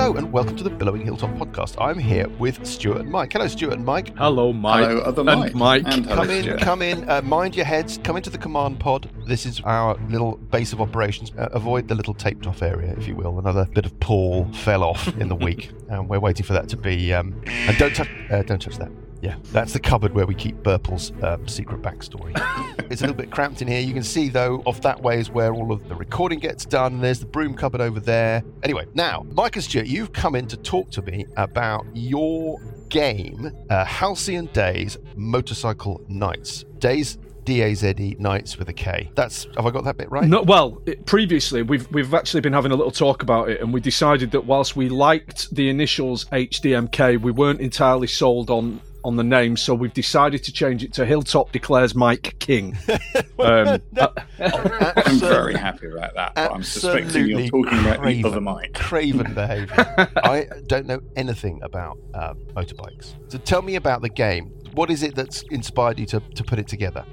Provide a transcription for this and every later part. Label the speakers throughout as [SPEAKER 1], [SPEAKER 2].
[SPEAKER 1] the Billowing Hilltop podcast. I'm here with Stuart and Mike. Hello, Stuart and Mike.
[SPEAKER 2] Hello, Mike.
[SPEAKER 3] Hello, other
[SPEAKER 2] And
[SPEAKER 3] Mike.
[SPEAKER 2] Mike.
[SPEAKER 3] And hello,
[SPEAKER 1] Come in,
[SPEAKER 3] Stuart.
[SPEAKER 1] come in. Uh, mind your heads. Come into the command pod. This is our little base of operations. Uh, avoid the little taped off area, if you will. Another bit of Paul fell off in the week, and we're waiting for that to be. Um, and don't touch. Uh, don't touch that. Yeah, that's the cupboard where we keep Burple's um, secret backstory. it's a little bit cramped in here. You can see, though, off that way is where all of the recording gets done. There's the broom cupboard over there. Anyway, now, Mike and Stuart, you've come in to talk to me about your game, uh, Halcyon Days Motorcycle Nights. Days, D A Z E, Nights with a K. That's, have I got that bit right?
[SPEAKER 2] No, well, it, previously we've we've actually been having a little talk about it, and we decided that whilst we liked the initials HDMK, we weren't entirely sold on on the name, so we've decided to change it to Hilltop declares Mike King. um, uh,
[SPEAKER 3] I'm very happy about that. But I'm suspecting you're
[SPEAKER 1] Absolutely
[SPEAKER 3] talking about the
[SPEAKER 1] craven.
[SPEAKER 3] other Mike.
[SPEAKER 1] Craven behavior. I don't know anything about uh, motorbikes. So tell me about the game. What is it that's inspired you to, to put it together?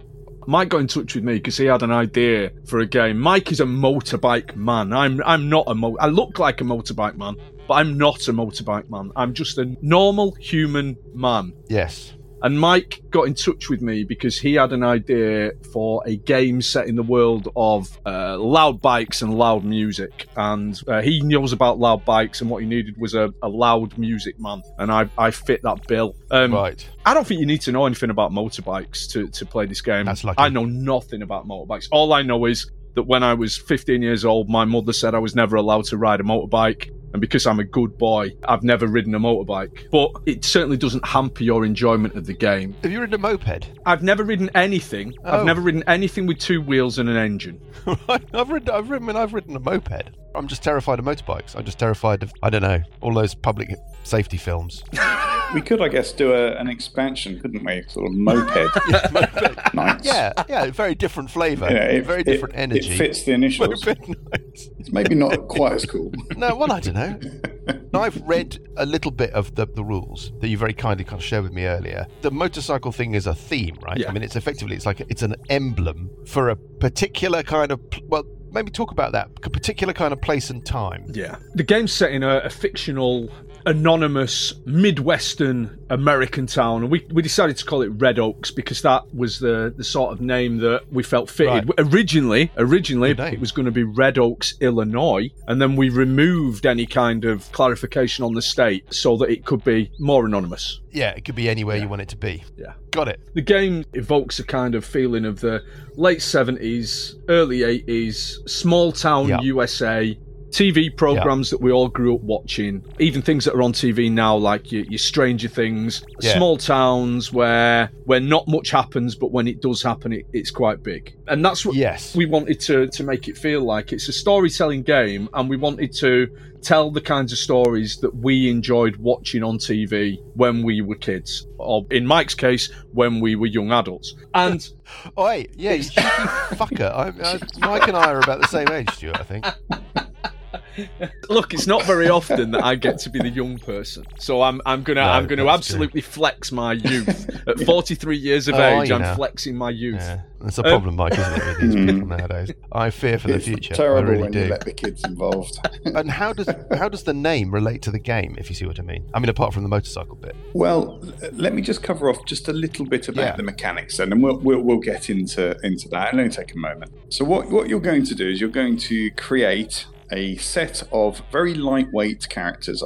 [SPEAKER 2] Mike got in touch with me because he had an idea for a game. Mike is a motorbike man. I'm I'm not a mo. I look like a motorbike man, but I'm not a motorbike man. I'm just a normal human man.
[SPEAKER 1] Yes.
[SPEAKER 2] And Mike got in touch with me because he had an idea for a game set in the world of uh, loud bikes and loud music. And uh, he knows about loud bikes, and what he needed was a, a loud music man. And I, I fit that bill. Um,
[SPEAKER 1] Right.
[SPEAKER 2] I don't think you need to know anything about motorbikes to, to play this game.
[SPEAKER 1] That's lucky.
[SPEAKER 2] I know nothing about motorbikes. All I know is that when I was 15 years old, my mother said I was never allowed to ride a motorbike. And because I'm a good boy, I've never ridden a motorbike. But it certainly doesn't hamper your enjoyment of the game.
[SPEAKER 1] Have you ridden a moped?
[SPEAKER 2] I've never ridden anything.
[SPEAKER 1] Oh.
[SPEAKER 2] I've never ridden anything with two wheels and an engine.
[SPEAKER 1] I've ridden. I've ridden. I mean, I've ridden a moped. I'm just terrified of motorbikes. I'm just terrified of I don't know all those public safety films.
[SPEAKER 3] We could, I guess, do a, an expansion, couldn't we? Sort of moped nights.
[SPEAKER 1] Yeah, yeah, very different flavour,
[SPEAKER 3] You know, it-
[SPEAKER 1] very
[SPEAKER 3] it-
[SPEAKER 1] different energy.
[SPEAKER 3] It fits the initials.
[SPEAKER 1] Moped nights.
[SPEAKER 3] It's maybe not quite as cool.
[SPEAKER 1] No, well, I don't know. Now, I've read a little bit of the, the rules that you very kindly kind of shared with me earlier. The motorcycle thing is a theme, right?
[SPEAKER 2] Yeah.
[SPEAKER 1] I mean, it's effectively it's like it's an emblem for a particular kind of pl- well, maybe talk about that a particular kind of place and time.
[SPEAKER 2] Yeah. The game's set in a, a fictional, anonymous, Midwestern American town. And we, we decided to call it Red Oaks because that was the, the sort of name that we felt fitted. Originally, originally
[SPEAKER 1] Good name.
[SPEAKER 2] it was going to be Red Oaks, Illinois. And then we removed any kind of clarification on the state so that it could be more anonymous.
[SPEAKER 1] Yeah, it could be anywhere you want it to be.
[SPEAKER 2] Yeah.
[SPEAKER 1] Got it.
[SPEAKER 2] The game evokes a kind of feeling of the late 70s, early 80s, small town
[SPEAKER 1] Yeah.
[SPEAKER 2] USA, TV programs that we all grew up watching, even things that are on TV now, like your, your Stranger Things,
[SPEAKER 1] Yeah.
[SPEAKER 2] small towns where where not much happens, but when it does happen, it, it's quite big. And that's what
[SPEAKER 1] Yes.
[SPEAKER 2] we wanted to, to make it feel like it's a storytelling game, and we wanted to tell the kinds of stories that we enjoyed watching on TV when we were kids, or in Mike's case, when we were young adults. And
[SPEAKER 1] Oh, hey, yeah, you cheeky fucker. I, I, Mike and I are about the same age, Stuart, I think.
[SPEAKER 2] look, it's not very often that I get to be the young person, so I'm I'm gonna
[SPEAKER 1] No,
[SPEAKER 2] I'm gonna
[SPEAKER 1] that's
[SPEAKER 2] absolutely flex my youth. At 43 years of
[SPEAKER 1] Oh, are
[SPEAKER 2] age,
[SPEAKER 1] you
[SPEAKER 2] I'm
[SPEAKER 1] now?
[SPEAKER 2] flexing my youth.
[SPEAKER 1] Yeah. That's a
[SPEAKER 2] Uh,
[SPEAKER 1] problem, Mike, isn't it, with these people
[SPEAKER 3] Hmm.
[SPEAKER 1] nowadays? I fear for the
[SPEAKER 3] it's
[SPEAKER 1] future.
[SPEAKER 3] terrible
[SPEAKER 1] I really
[SPEAKER 3] when
[SPEAKER 1] do.
[SPEAKER 3] you let the kids involved.
[SPEAKER 1] And how does how does the name relate to the game, if you see what I mean? I mean, apart from the motorcycle bit.
[SPEAKER 3] Well, l- let me just cover off just a little bit about
[SPEAKER 1] Yeah.
[SPEAKER 3] the mechanics, then, and we'll, we'll we'll get into into that. It'll only take a moment. So, what what you're going to do is you're going to create a set of very lightweight characters.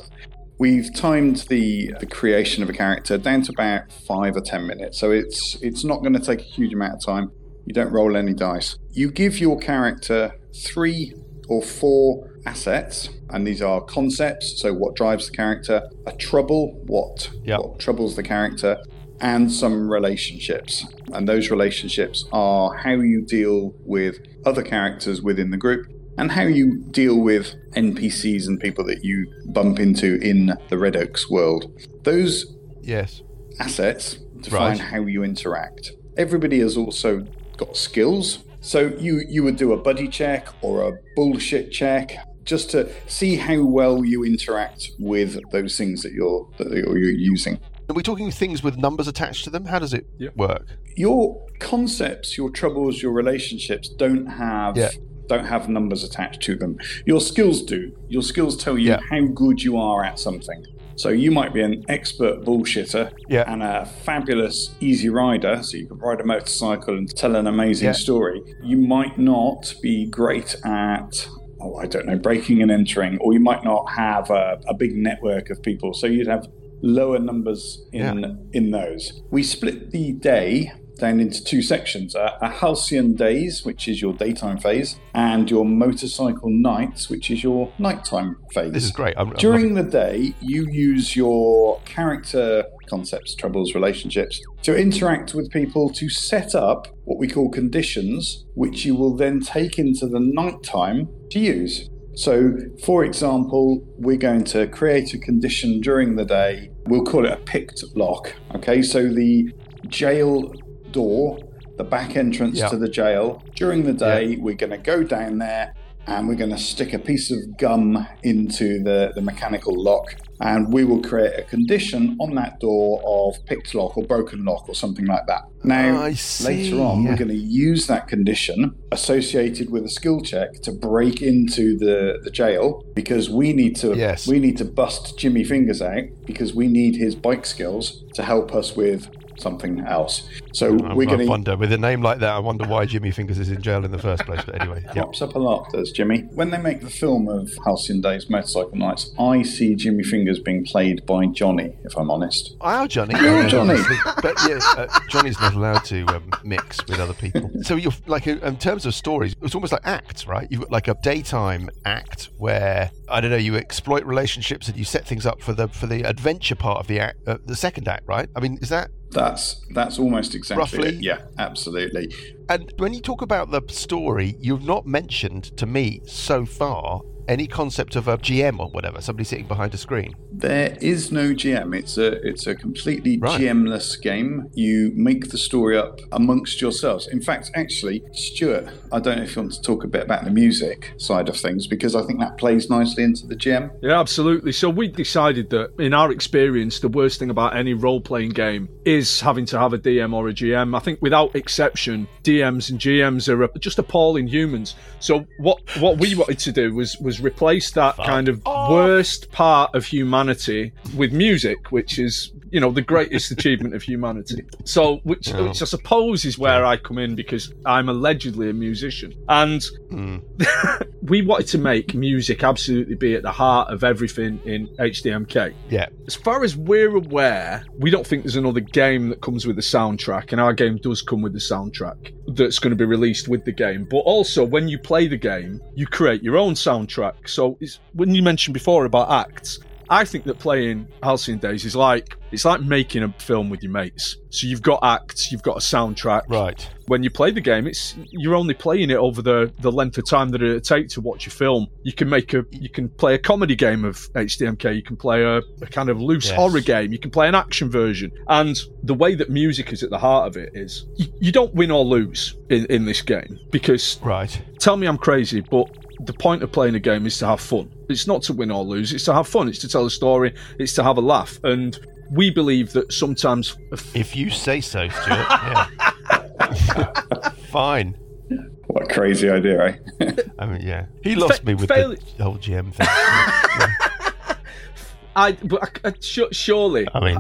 [SPEAKER 3] We've timed the the creation of a character down to about five or ten minutes, so it's it's not going to take a huge amount of time. You don't roll any dice. You give your character three or four assets, and these are concepts. So, what drives the character? A trouble, what,
[SPEAKER 1] Yeah.
[SPEAKER 3] what troubles the character, and some relationships. And those relationships are how you deal with other characters within the group and how you deal with NPCs and people that you bump into in the Red Oaks world. Those
[SPEAKER 1] Yes.
[SPEAKER 3] assets to
[SPEAKER 1] Right.
[SPEAKER 3] find how you interact. Everybody has also got skills. So you you would do a buddy check or a bullshit check just to see how well you interact with those things that you're that you're you're using.
[SPEAKER 1] Are we talking things with numbers attached to them? How does it
[SPEAKER 2] Yeah.
[SPEAKER 1] work?
[SPEAKER 3] Your concepts, your troubles, your relationships don't have
[SPEAKER 1] Yeah.
[SPEAKER 3] don't have numbers attached to them. Your skills do. Your skills tell you
[SPEAKER 1] Yeah.
[SPEAKER 3] how good you are at something. So you might be an expert bullshitter
[SPEAKER 1] Yeah.
[SPEAKER 3] and a fabulous easy rider. So you could ride a motorcycle and tell an amazing
[SPEAKER 1] Yeah.
[SPEAKER 3] story. You might not be great at, oh, I don't know, breaking and entering, or you might not have a, a big network of people. So you'd have lower numbers in in those. We split the day down into two sections: a, a halcyon days, which is your daytime phase, and your motorcycle nights, which is your nighttime phase.
[SPEAKER 1] This is great. I'm, I'm loving-
[SPEAKER 3] During the day, you use your character concepts, troubles, relationships to interact with people to set up what we call conditions, which you will then take into the nighttime to use. So, for example, we're going to create a condition during the day. We'll call it a picked lock. Okay, so the jail door, the back entrance
[SPEAKER 1] Yeah.
[SPEAKER 3] to the jail, during the day, we're going to go down there and we're going to stick a piece of gum into the, the mechanical lock. And we will create a condition on that door of picked lock or broken lock or something like that. Now,
[SPEAKER 1] I see.
[SPEAKER 3] later on,
[SPEAKER 1] yeah.
[SPEAKER 3] we're going to use that condition associated with a skill check to break into the, the jail because we need to
[SPEAKER 1] Yes.
[SPEAKER 3] we need to bust Jimmy Fingers out because we need his bike skills to help us with something else. So
[SPEAKER 1] I-
[SPEAKER 3] we're
[SPEAKER 1] I
[SPEAKER 3] going to
[SPEAKER 1] wonder with a name like that. I wonder why Jimmy Fingers is in jail in the first place. But anyway, yeah.
[SPEAKER 3] Pops up a lot, does Jimmy? When they make the film of Halcyon Days Motorcycle Nights, I see Jimmy Fingers being played by Johnny, if I'm honest.
[SPEAKER 1] Wow, Johnny.
[SPEAKER 3] Wow, Johnny.
[SPEAKER 1] but yeah, uh, Johnny's not allowed to um, mix with other people. So you're like, uh, in terms of stories, it's almost like acts, right? You've got like a daytime act where I don't know, you exploit relationships and you set things up for the for the adventure part of the act, uh, the second act, right? I mean, is that
[SPEAKER 3] That's that's almost exactly
[SPEAKER 1] Roughly.
[SPEAKER 3] it. Yeah, absolutely.
[SPEAKER 1] And when you talk about the story, you've not mentioned to me so far any concept of a GM or whatever, somebody sitting behind a screen.
[SPEAKER 3] There is no GM. It's a it's a completely
[SPEAKER 1] Right.
[SPEAKER 3] GMless game. You make the story up amongst yourselves. In fact, actually, Stuart, I don't know if you want to talk a bit about the music side of things because I think that plays nicely into the GM.
[SPEAKER 2] Yeah, absolutely. So we decided that in our experience, the worst thing about any role playing game is having to have a DM or a GM. I think without exception, DMs and GMs are just appalling humans. So what what we wanted to do was was replace that kind of worst part of humanity with music, which is you know the greatest achievement of humanity. So which, which I suppose is where I come in because I'm allegedly a musician and
[SPEAKER 1] Hmm.
[SPEAKER 2] we wanted to make music absolutely be at the heart of everything in HDMK.
[SPEAKER 1] Yeah.
[SPEAKER 2] As far as we're aware, we don't think there's another game that comes with a soundtrack, and our game does come with a soundtrack that's going to be released with the game. But also, when you play the game, you create your own soundtrack. So, it's, when you mentioned before about acts, I think that playing Halcyon Days is like it's like making a film with your mates. So you've got acts, you've got a soundtrack,
[SPEAKER 1] Right.
[SPEAKER 2] when you play the game, it's you're only playing it over the, the length of time that it take to watch a film. You can make a you can play a comedy game of HDMK. You can play a, a kind of loose
[SPEAKER 1] Yes.
[SPEAKER 2] horror game. You can play an action version. And the way that music is at the heart of it is you, you don't win or lose in, in this game because
[SPEAKER 1] Right.
[SPEAKER 2] tell me I'm crazy, but the point of playing a game is to have fun. It's not to win or lose. It's to have fun. It's to tell a story. It's to have a laugh. And we believe that sometimes
[SPEAKER 1] If you say so, Stuart. Yeah. Fine.
[SPEAKER 3] What a crazy idea, eh?
[SPEAKER 1] I mean, yeah. He lost
[SPEAKER 2] Fa-
[SPEAKER 1] me with
[SPEAKER 2] fail-
[SPEAKER 1] the whole GM thing.
[SPEAKER 2] I, but I, I, su- surely
[SPEAKER 1] I mean,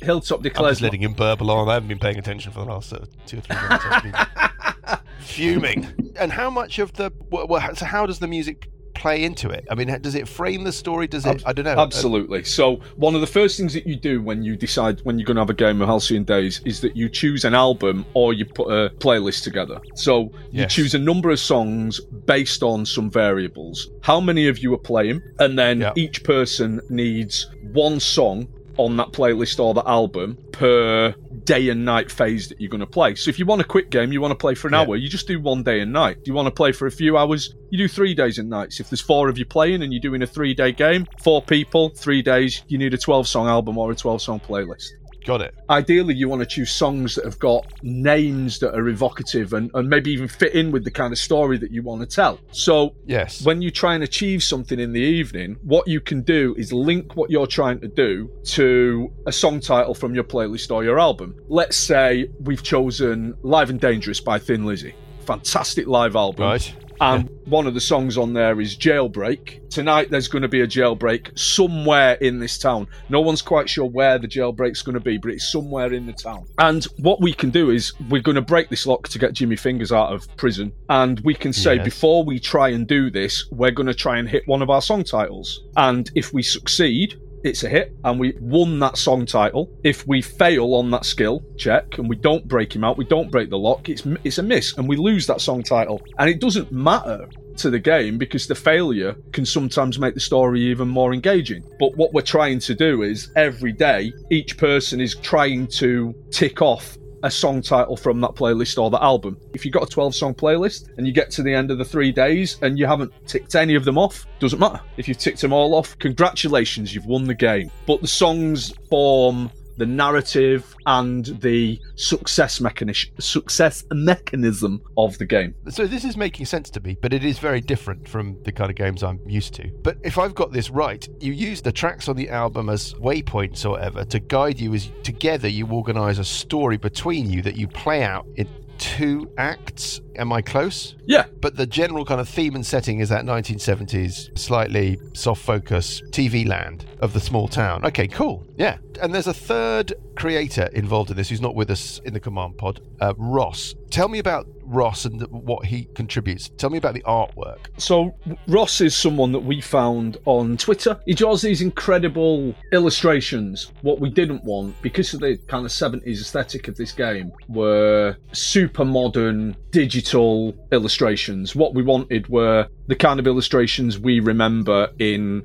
[SPEAKER 2] Hilltop
[SPEAKER 1] I'm
[SPEAKER 2] declares
[SPEAKER 1] just letting him burble on. I haven't been paying attention for the last uh, two or three minutes. I've been fuming. And how much of the well, well, so how does the music play into it? I mean, does it frame the story? Does it? I don't know. Uh,
[SPEAKER 2] Absolutely. So one of the first things that you do when you decide when you're going to have a game of Halcyon Days is that you choose an album or you put a playlist together. So you
[SPEAKER 1] Yes.
[SPEAKER 2] choose a number of songs based on some variables. How many of you are playing, and then
[SPEAKER 1] Yeah.
[SPEAKER 2] each person needs one song on that playlist or the album per day and night phase that you're going to play. So if you want a quick game, you want to play for an
[SPEAKER 1] Yeah.
[SPEAKER 2] hour, you just do one day and night. You want to play for a few hours, you do three days and nights. If there's four of you playing and you're doing a three day game, four people, three days, you need a 12 song album or a 12 song playlist
[SPEAKER 1] Got it.
[SPEAKER 2] ideally you want to choose songs that have got names that are evocative and, and maybe even fit in with the kind of story that you want to tell so
[SPEAKER 1] Yes.
[SPEAKER 2] when you try and achieve something in the evening what you can do is link what you're trying to do to a song title from your playlist or your album let's say we've chosen live and dangerous by thin lizzy fantastic live album.
[SPEAKER 1] Right.
[SPEAKER 2] And one of the songs on there is Jailbreak. Tonight there's going to be a jailbreak somewhere in this town. No one's quite sure where the jailbreak's going to be, but it's somewhere in the town. And what we can do is we're going to break this lock to get Jimmy Fingers out of prison. And we can say,
[SPEAKER 1] Yes.
[SPEAKER 2] before we try and do this, we're going to try and hit one of our song titles. And if we succeed, it's a hit and we won that song title. If we fail on that skill check and we don't break him out, we don't break the lock, it's it's a miss and we lose that song title. And it doesn't matter to the game because the failure can sometimes make the story even more engaging. But what we're trying to do is every day each person is trying to tick off a song title from that playlist or that album. If you've got a 12 song playlist and you get to the end of the three days and you haven't ticked any of them off, doesn't matter. If you've ticked them all off, congratulations, you've won the game. But the songs form the narrative and the success mechanism success mechanism of the game.
[SPEAKER 1] So this is making sense to me, but it is very different from the kind of games I'm used to. But if I've got this right, you use the tracks on the album as waypoints or whatever to guide you as together you organize a story between you that you play out in two acts. Am I close?
[SPEAKER 2] Yeah,
[SPEAKER 1] But the general kind of theme and setting is that 1970s, slightly soft focus TV land of the small town. Okay, cool. Yeah. And there's a third creator involved in this who's not with us in the command pod, uh, Ross. Tell me about Ross and what he contributes. Tell me about the artwork.
[SPEAKER 2] So Ross is someone that we found on Twitter. He draws these incredible illustrations. What we didn't want, because of the kind of seventies aesthetic of this game, were super modern digital illustrations. What we wanted were the kind of illustrations we remember in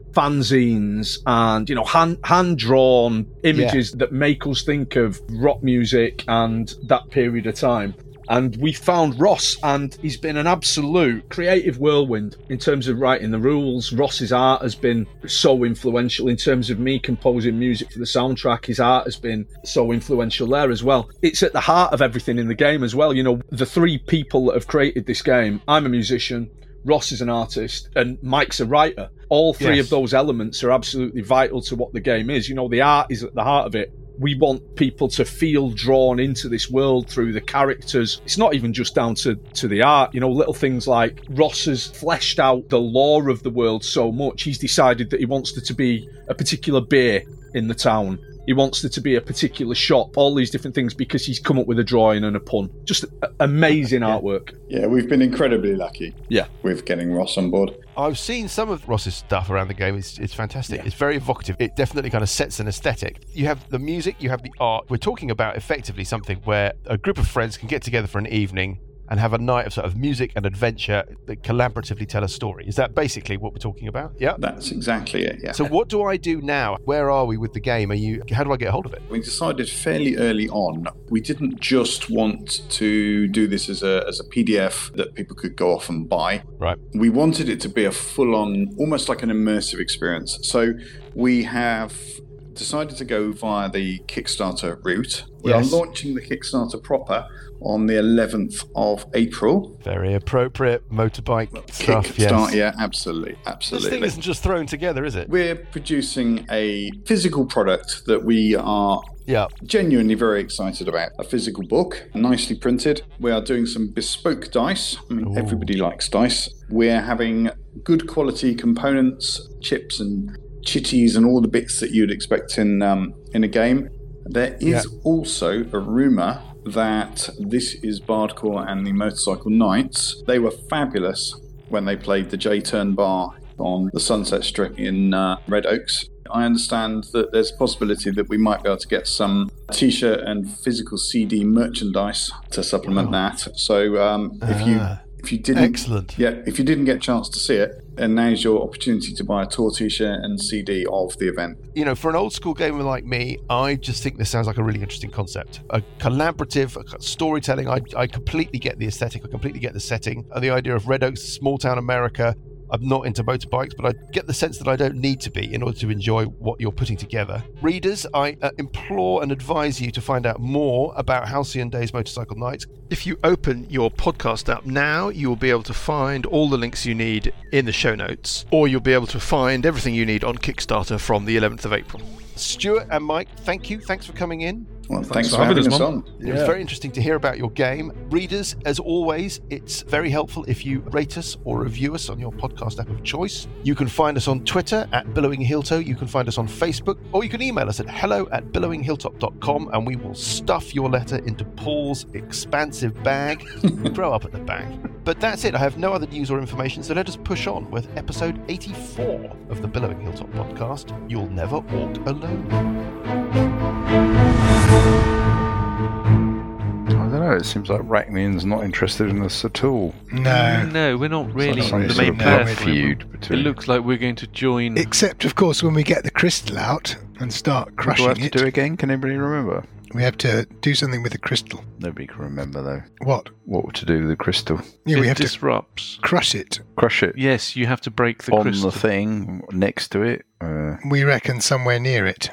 [SPEAKER 2] fanzines and you know hand hand drawn images that make us think of rock music and that period of time and we found Ross, and he's been an absolute creative whirlwind in terms of writing the rules. Ross's art has been so influential in terms of me composing music for the soundtrack. His art has been so influential there as well. It's at the heart of everything in the game as well. You know, the three people that have created this game I'm a musician, Ross is an artist, and Mike's a writer. All three
[SPEAKER 1] Yes.
[SPEAKER 2] of those elements are absolutely vital to what the game is. You know, the art is at the heart of it we want people to feel drawn into this world through the characters. It's not even just down to, to the art, you know, little things like Ross has fleshed out the lore of the world so much, he's decided that he wants there to be a particular beer in the town. He wants there to be a particular shop, all these different things because he's come up with a drawing and a pun. Just a- amazing artwork.
[SPEAKER 3] Yeah, we've been incredibly lucky
[SPEAKER 2] Yeah.
[SPEAKER 3] with getting Ross on board.
[SPEAKER 1] I've seen some of Ross's stuff around the game. It's, it's fantastic. It's very evocative. It definitely kind of sets an aesthetic. You have the music, you have the art. We're talking about effectively something where a group of friends can get together for an evening and have a night of sort of music and adventure that collaboratively tell a story. Is that basically what we're talking about? Yeah.
[SPEAKER 3] That's exactly it. Yeah.
[SPEAKER 1] So what do I do now? Where are we with the game? Are you? How do I get hold of it?
[SPEAKER 3] we decided fairly early on we didn't just want to do this as a, as a PDF that people could go off and buy.
[SPEAKER 1] Right.
[SPEAKER 3] We wanted it to be a full on, almost like an immersive experience. So we have decided to go via the Kickstarter route. We
[SPEAKER 1] Yes.
[SPEAKER 3] are launching the Kickstarter proper on the 11th of April.
[SPEAKER 1] Very appropriate motorbike stuff.
[SPEAKER 3] Kickstart,
[SPEAKER 1] Yes.
[SPEAKER 3] yeah, absolutely,
[SPEAKER 1] This
[SPEAKER 3] absolutely.
[SPEAKER 1] thing isn't just thrown together, is it?
[SPEAKER 3] We're producing a physical product that we are
[SPEAKER 1] Yeah.
[SPEAKER 3] genuinely very excited about. A physical book, nicely printed. We are doing some bespoke dice. I mean, everybody likes dice. We're having good quality components, chips and chitties, and all the bits that you'd expect in um, in a game. There is also a rumor that this is Bardcore and the Motorcycle Knights. They were fabulous when they played the J Turn Bar on the Sunset Strip in uh, Red Oaks. I understand that there's a possibility that we might be able to get some t shirt and physical CD merchandise to supplement that. So um, if you.
[SPEAKER 1] Ah.
[SPEAKER 3] If you didn't,
[SPEAKER 1] Excellent.
[SPEAKER 3] yeah, if you didn't get a chance to see it, then now's your opportunity to buy a tour T-shirt and CD of the event.
[SPEAKER 1] you know, for an old school gamer like me, I just think this sounds like a really interesting concept. A collaborative a storytelling. I, I completely get the aesthetic. I completely get the setting and the idea of Red Oaks, small town America. I'm not into motorbikes, but I get the sense that I don't need to be in order to enjoy what you're putting together. Readers, I uh, implore and advise you to find out more about Halcyon Days Motorcycle Nights. If you open your podcast app now, you will be able to find all the links you need in the show notes, or you'll be able to find everything you need on Kickstarter from the 11th of April. Stuart and Mike, thank you. Thanks for coming in.
[SPEAKER 3] Well,
[SPEAKER 2] Thanks
[SPEAKER 3] thanks,
[SPEAKER 2] for
[SPEAKER 3] for having
[SPEAKER 2] having
[SPEAKER 3] us,
[SPEAKER 2] us,
[SPEAKER 3] on.
[SPEAKER 1] It was very interesting to hear about your game. Readers, as always, it's very helpful if you rate us or review us on your podcast app of choice. You can find us on Twitter at Billowing Hilltop. You can find us on Facebook, or you can email us at hello at billowinghilltop.com and we will stuff your letter into Paul's expansive bag. Grow up at the bag. But that's it. I have no other news or information, so let us push on with episode 84 of the Billowing Hilltop podcast. You'll never walk alone.
[SPEAKER 4] I don't know. It seems like Rackman's not interested in us at all.
[SPEAKER 5] No.
[SPEAKER 6] No, we're not really
[SPEAKER 4] It's like
[SPEAKER 5] the
[SPEAKER 4] some sort
[SPEAKER 5] main
[SPEAKER 4] of blood
[SPEAKER 5] person.
[SPEAKER 4] feud
[SPEAKER 6] It
[SPEAKER 4] between.
[SPEAKER 6] looks like we're going to join.
[SPEAKER 5] Except, of course, when we get the crystal out and start
[SPEAKER 4] What do I
[SPEAKER 5] crushing
[SPEAKER 4] have to
[SPEAKER 5] it.
[SPEAKER 4] do again? Can anybody remember?
[SPEAKER 5] We have to do something with the crystal.
[SPEAKER 4] Nobody can remember though.
[SPEAKER 5] What?
[SPEAKER 4] What to do with the crystal?
[SPEAKER 5] Yeah,
[SPEAKER 6] it
[SPEAKER 5] we have to
[SPEAKER 6] disrupts.
[SPEAKER 5] crush it.
[SPEAKER 4] Crush it
[SPEAKER 6] Yes, you have to break the
[SPEAKER 4] on
[SPEAKER 6] crystal.
[SPEAKER 4] the thing next to it. Uh,
[SPEAKER 5] We reckon somewhere near it.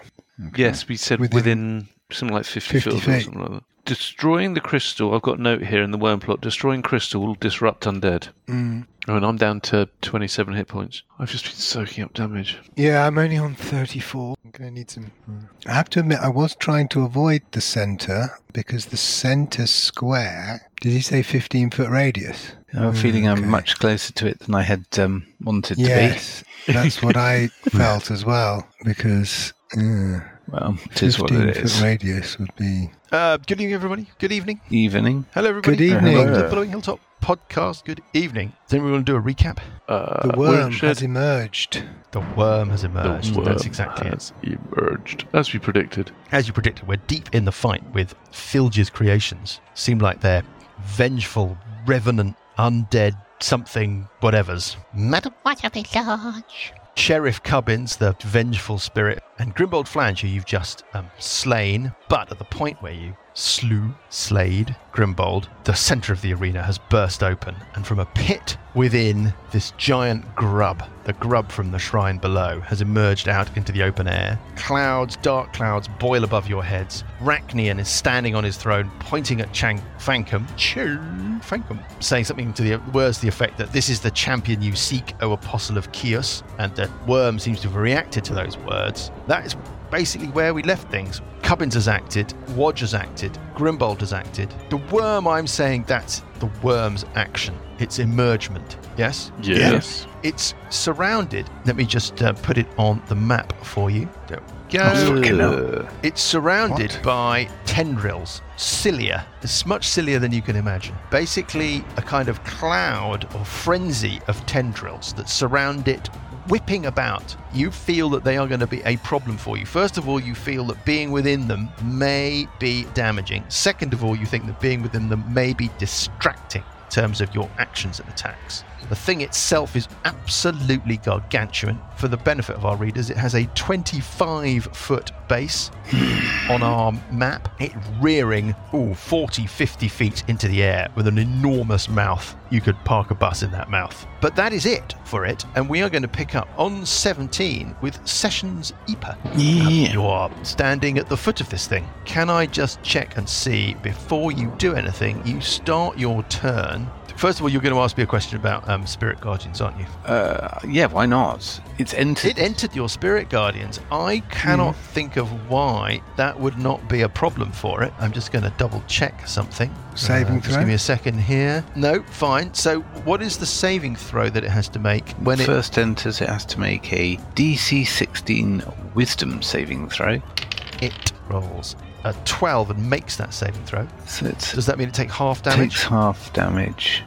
[SPEAKER 6] Yes, we said
[SPEAKER 5] Within-
[SPEAKER 6] within, something like 50,
[SPEAKER 5] 50
[SPEAKER 6] feet or
[SPEAKER 5] feet.
[SPEAKER 6] something like that. Destroying the crystal, I've got a note here in the worm plot, destroying crystal will disrupt undead.
[SPEAKER 5] Mm.
[SPEAKER 6] Oh, and I'm down to 27 hit points. I've just been soaking up damage.
[SPEAKER 5] Yeah, I'm only on 34. I'm going to need some. I have to admit, I was trying to avoid the centre because the centre square. Did he say 15 foot radius?
[SPEAKER 7] I'm feeling
[SPEAKER 5] Okay.
[SPEAKER 7] I'm much closer to it than I had um, wanted
[SPEAKER 5] Yes, that's what I felt as well because. Uh,
[SPEAKER 7] to be. Well, it is what
[SPEAKER 5] 15
[SPEAKER 7] it
[SPEAKER 5] foot
[SPEAKER 7] is.
[SPEAKER 5] radius would be.
[SPEAKER 1] Uh, good evening, everybody. Good evening.
[SPEAKER 7] Evening.
[SPEAKER 1] Hello, everybody.
[SPEAKER 5] Good
[SPEAKER 1] Welcome
[SPEAKER 5] evening.
[SPEAKER 1] to the Blowing Hilltop podcast. Good evening. Does anyone want to do a recap?
[SPEAKER 6] Uh,
[SPEAKER 5] The worm
[SPEAKER 6] Wormshed,
[SPEAKER 5] has emerged.
[SPEAKER 1] The worm has emerged.
[SPEAKER 6] The worm
[SPEAKER 1] That's exactly
[SPEAKER 6] has emerged, as we predicted.
[SPEAKER 1] it. As you predicted, we're deep in the fight with Filge's creations. Seem like they're vengeful, revenant, undead, something, whatever's. Madam, what have they large? Sheriff Cubbins, the vengeful spirit, and Grimbold Flange, who you've just um, slain. But at the point where you slew, slayed Grimbold, the centre of the arena has burst open, and from a pit within this giant grub, the grub from the shrine below, has emerged out into the open air. Clouds, dark clouds, boil above your heads. Rachnian is standing on his throne, pointing at Chang Fankum, Chang Fankum, saying something to the words to the effect that this is the champion you seek, O apostle of Chios, and the worm seems to have reacted to those words. That is basically where we left things. Cubbins has acted, Wodge has acted, Grimbold has acted. The worm, I'm saying that's the worm's action, its emergement. Yes?
[SPEAKER 6] Yes.
[SPEAKER 1] It's surrounded. Let me just uh, put it on the map for you. There we go.
[SPEAKER 4] uh,
[SPEAKER 1] It's surrounded
[SPEAKER 4] What?
[SPEAKER 1] by tendrils, cilia. It's much sillier than you can imagine. Basically, a kind of cloud or frenzy of tendrils that surround it, whipping about. You feel that they are going to be a problem for you. First of all, you feel that being within them may be damaging. Second of all, you think that being within them may be distracting in terms of your actions and attacks. The thing itself is absolutely gargantuan. For the benefit of our readers, it has a 25 foot base on our map, it rearing ooh, 40, 50 feet into the air with an enormous mouth. You could park a bus in that mouth. But that is it for it, and we are going to pick up on 17 with Sessions Epa.
[SPEAKER 7] Yeah.
[SPEAKER 1] You are standing at the foot of this thing. Can I just check and see before you do anything? You start your turn. First of all, you're going to ask me a question about um, spirit guardians, aren't you?
[SPEAKER 7] Uh, yeah, why not? It's entered.
[SPEAKER 1] It entered your spirit guardians. I cannot think of why that would not be a problem for it. I'm just going to double check something. Uh,
[SPEAKER 5] Saving
[SPEAKER 1] just
[SPEAKER 5] throw?
[SPEAKER 1] Give me a second here. No, fine. So, what is the saving throw that it has to make when it?
[SPEAKER 7] First enters, it has to make a DC 16 Wisdom saving throw.
[SPEAKER 1] It rolls a 12 and makes that saving throw.
[SPEAKER 7] So it's
[SPEAKER 1] Does that mean it take half
[SPEAKER 7] Takes
[SPEAKER 1] damage?
[SPEAKER 7] half damage.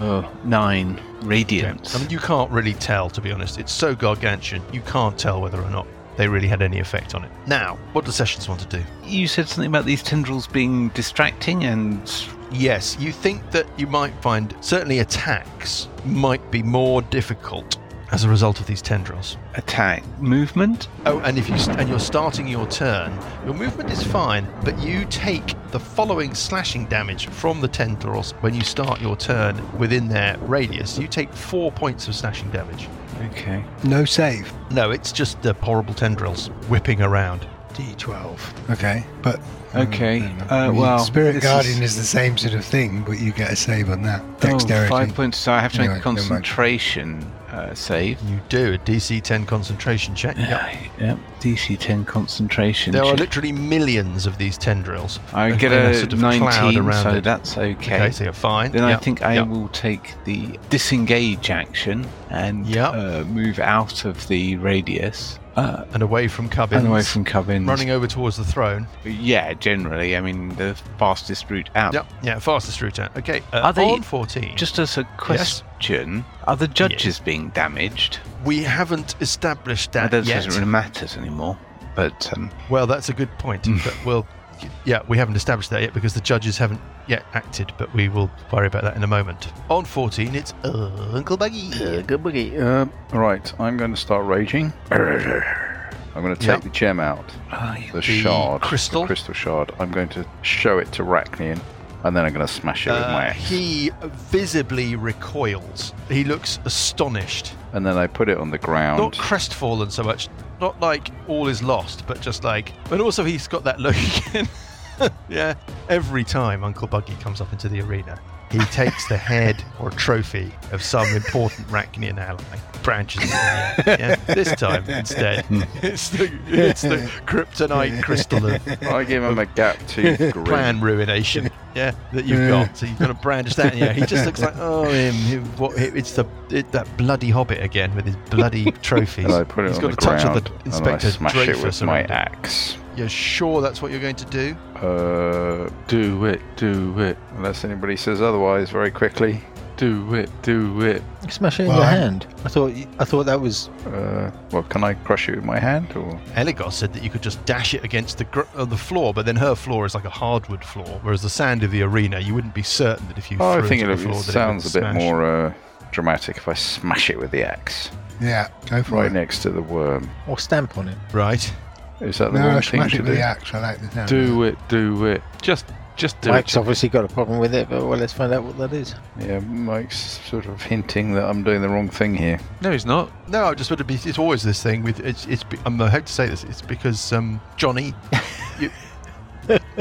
[SPEAKER 7] Oh, nine radiant.
[SPEAKER 1] I mean, you can't really tell, to be honest. It's so gargantuan, you can't tell whether or not they really had any effect on it. Now, what do Sessions want to do?
[SPEAKER 7] You said something about these tendrils being distracting, and
[SPEAKER 1] Yes, you think that you might find certainly attacks might be more difficult as a result of these tendrils.
[SPEAKER 7] attack movement.
[SPEAKER 1] Oh, and if you st- and you're starting your turn, your movement is fine, but you take the following slashing damage from the tendrils when you start your turn within their radius. You take four points of slashing damage.
[SPEAKER 7] Okay.
[SPEAKER 5] No save.
[SPEAKER 1] No, it's just the horrible tendrils whipping around.
[SPEAKER 5] D12. Okay, but.
[SPEAKER 7] Okay,
[SPEAKER 5] fair enough.
[SPEAKER 7] uh,
[SPEAKER 5] I mean,
[SPEAKER 7] well,
[SPEAKER 5] Spirit
[SPEAKER 7] this
[SPEAKER 5] Guardian is...
[SPEAKER 7] is-
[SPEAKER 5] the same sort of thing, but you get a save on that. Dexterity.
[SPEAKER 7] Oh, five points. So I have to make
[SPEAKER 5] Anyway,
[SPEAKER 7] a
[SPEAKER 5] never mind.
[SPEAKER 7] concentration uh, save.
[SPEAKER 1] You do a DC 10 concentration check. Yep.
[SPEAKER 7] Yep. DC 10 concentration.
[SPEAKER 1] There are
[SPEAKER 7] check.
[SPEAKER 1] literally millions of these 10 drills.
[SPEAKER 7] I
[SPEAKER 1] There's
[SPEAKER 7] get
[SPEAKER 1] been
[SPEAKER 7] a,
[SPEAKER 1] sort of cloud
[SPEAKER 7] 19,
[SPEAKER 1] around
[SPEAKER 7] so
[SPEAKER 1] it.
[SPEAKER 7] that's okay.
[SPEAKER 1] Okay, so you're fine.
[SPEAKER 7] Then
[SPEAKER 1] Yep,
[SPEAKER 7] I think I
[SPEAKER 1] yep.
[SPEAKER 7] will take the disengage action and
[SPEAKER 1] Yep.
[SPEAKER 7] uh, move out of the radius uh,
[SPEAKER 1] And away from Cubbins.
[SPEAKER 7] and away from Cubbins.
[SPEAKER 1] Running over towards the throne.
[SPEAKER 7] Yeah, generally. I mean, the fastest route out.
[SPEAKER 1] Yep. Yeah, fastest route out. Okay. Uh,
[SPEAKER 7] Are they-
[SPEAKER 1] on 14.
[SPEAKER 7] Just as a question, are the judges being damaged?
[SPEAKER 1] we haven't established
[SPEAKER 7] Now,
[SPEAKER 1] that
[SPEAKER 7] that
[SPEAKER 1] yet.
[SPEAKER 7] doesn't really matter anymore. But um,
[SPEAKER 1] Well, that's a good point.
[SPEAKER 7] Mm.
[SPEAKER 1] but we'll, yeah, we haven't established that yet because the judges haven't yet acted. But we will worry about that in a moment. On fourteen, it's uh, Uncle Buggy.
[SPEAKER 4] Uh, right, I'm going to start raging. I'm going to take
[SPEAKER 1] Yep.
[SPEAKER 4] the gem out,
[SPEAKER 7] I-
[SPEAKER 4] the, shard,
[SPEAKER 1] Ah, crystal?
[SPEAKER 4] the crystal shard. I'm going to show it to Rachnian, and then I'm going to smash it with my
[SPEAKER 1] Uh,
[SPEAKER 4] axe.
[SPEAKER 1] he visibly recoils. He looks astonished,
[SPEAKER 4] And then I put it on the ground.
[SPEAKER 1] not crestfallen so much. Not like all is lost, but just like. But also, he's got that look again. yeah. Every time Uncle Buggy comes up into the arena, he takes the head or trophy of some important Rachnian ally, branches it in the air. Yeah? This time, instead, it's the, it's the kryptonite crystal of
[SPEAKER 4] I give him a gap tooth grin.
[SPEAKER 1] plan ruination. Yeah, that you've got. So you've got to brandish that. in the air. he just looks like, oh, him. him, what, him it's the it, that bloody hobbit again with his bloody trophies.
[SPEAKER 4] And I put it
[SPEAKER 1] He's
[SPEAKER 4] on
[SPEAKER 1] got
[SPEAKER 4] the
[SPEAKER 1] a touch
[SPEAKER 4] ground,
[SPEAKER 1] of the
[SPEAKER 4] and I
[SPEAKER 1] Inspector
[SPEAKER 4] smash it with
[SPEAKER 1] Dreyfus.
[SPEAKER 4] my
[SPEAKER 1] around it.
[SPEAKER 4] axe.
[SPEAKER 1] You're sure that's what you're going to do?
[SPEAKER 4] Uh,
[SPEAKER 6] Do it, do it,
[SPEAKER 4] unless anybody says otherwise, very quickly.
[SPEAKER 6] do it, do it.
[SPEAKER 8] Smash it in
[SPEAKER 5] Well,
[SPEAKER 8] your
[SPEAKER 5] I-
[SPEAKER 8] hand. I thought y- I thought that was
[SPEAKER 4] Uh, well, can I crush it with my hand or?
[SPEAKER 1] Eligos said that you could just dash it against the gr- uh, the floor, but then her floor is like a hardwood floor, whereas the sand of the arena, you wouldn't be certain that if you
[SPEAKER 4] Oh,
[SPEAKER 1] threw
[SPEAKER 4] I think
[SPEAKER 1] it, at
[SPEAKER 4] it, it
[SPEAKER 1] the floor, that
[SPEAKER 4] sounds
[SPEAKER 1] it
[SPEAKER 4] a
[SPEAKER 1] would
[SPEAKER 4] bit
[SPEAKER 1] smash.
[SPEAKER 4] more uh, dramatic if I smash it with the axe
[SPEAKER 5] Yeah, go for
[SPEAKER 4] right
[SPEAKER 5] it.
[SPEAKER 4] next to the worm.
[SPEAKER 8] or stamp on it.
[SPEAKER 1] right.
[SPEAKER 4] Is that the
[SPEAKER 5] No,
[SPEAKER 4] wrong thing
[SPEAKER 5] smash
[SPEAKER 4] to
[SPEAKER 5] it with the
[SPEAKER 4] do?
[SPEAKER 5] axe. I like the sound.
[SPEAKER 6] Do it, do it. Just just do
[SPEAKER 8] Mike's
[SPEAKER 6] it.
[SPEAKER 8] obviously got a problem with it, but well, let's find out what that is.
[SPEAKER 4] Yeah, Mike's sort of hinting that I'm doing the wrong thing here.
[SPEAKER 6] No, he's not.
[SPEAKER 1] No, I just want to be. It's always this thing with. It's. it's be- I'm. I hate to say this. It's because um, Johnny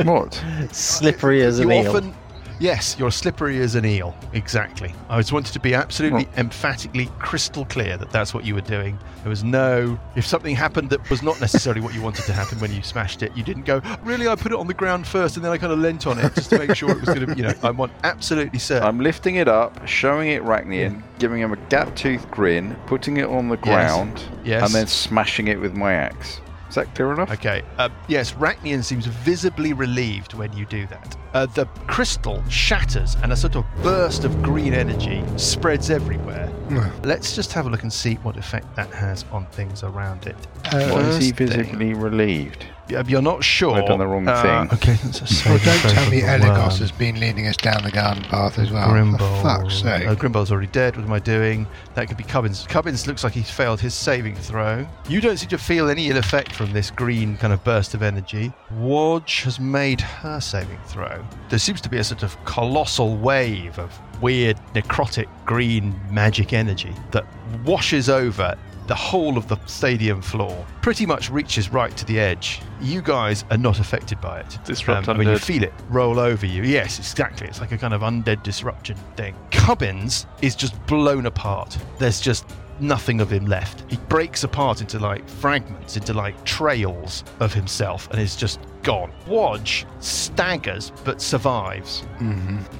[SPEAKER 4] What?
[SPEAKER 8] Slippery as an
[SPEAKER 1] you
[SPEAKER 8] eel.
[SPEAKER 1] often yes you're slippery as an eel exactly i just wanted to be absolutely emphatically crystal clear that that's what you were doing there was no if something happened that was not necessarily what you wanted to happen when you smashed it you didn't go really i put it on the ground first and then i kind of leant on it just to make sure it was going to you know i want absolutely certain
[SPEAKER 4] I'm lifting it up, showing it Rachnian, giving him a gap tooth grin, putting it on the ground,
[SPEAKER 1] Yes.
[SPEAKER 4] and then smashing it with my axe. Is that clear enough?
[SPEAKER 1] Okay. Uh, yes, Rachnian seems visibly relieved when you do that. Uh, the crystal shatters and a sort of burst of green energy spreads everywhere.
[SPEAKER 4] Hmm.
[SPEAKER 1] Let's just have a look and see what effect that has on things around it.
[SPEAKER 5] Uh,
[SPEAKER 4] Why is he
[SPEAKER 1] First thing-
[SPEAKER 4] visibly relieved?
[SPEAKER 1] Yeah, You're not sure.
[SPEAKER 4] I've done the wrong
[SPEAKER 1] Uh,
[SPEAKER 4] thing.
[SPEAKER 1] Okay, let's just
[SPEAKER 5] Well,
[SPEAKER 1] save
[SPEAKER 5] don't
[SPEAKER 1] both
[SPEAKER 5] tell
[SPEAKER 1] of
[SPEAKER 5] me
[SPEAKER 1] the
[SPEAKER 5] Eligos
[SPEAKER 1] worm.
[SPEAKER 5] has been leading us down the garden path as well.
[SPEAKER 1] Grimble.
[SPEAKER 5] For fuck's
[SPEAKER 1] Oh,
[SPEAKER 5] sake.
[SPEAKER 1] Grimble's already dead. What am I doing? That could be Cubbins. Cubbins looks like he's failed his saving throw. You don't seem to feel any ill effect from this green kind of burst of energy. Wodge has made her saving throw. There seems to be a sort of colossal wave of weird necrotic green magic energy that washes over the whole of the stadium floor. Pretty much reaches right to the edge. You guys are not affected by it. Um,
[SPEAKER 6] Disrupt
[SPEAKER 1] when you
[SPEAKER 6] undead.
[SPEAKER 1] feel feel it roll over you. Yes, exactly. It's like a kind of undead disruption thing. Cubbins is just blown apart. There's just nothing of him left. He breaks apart into like fragments, into like trails of himself, and is just gone. Wodge staggers but survives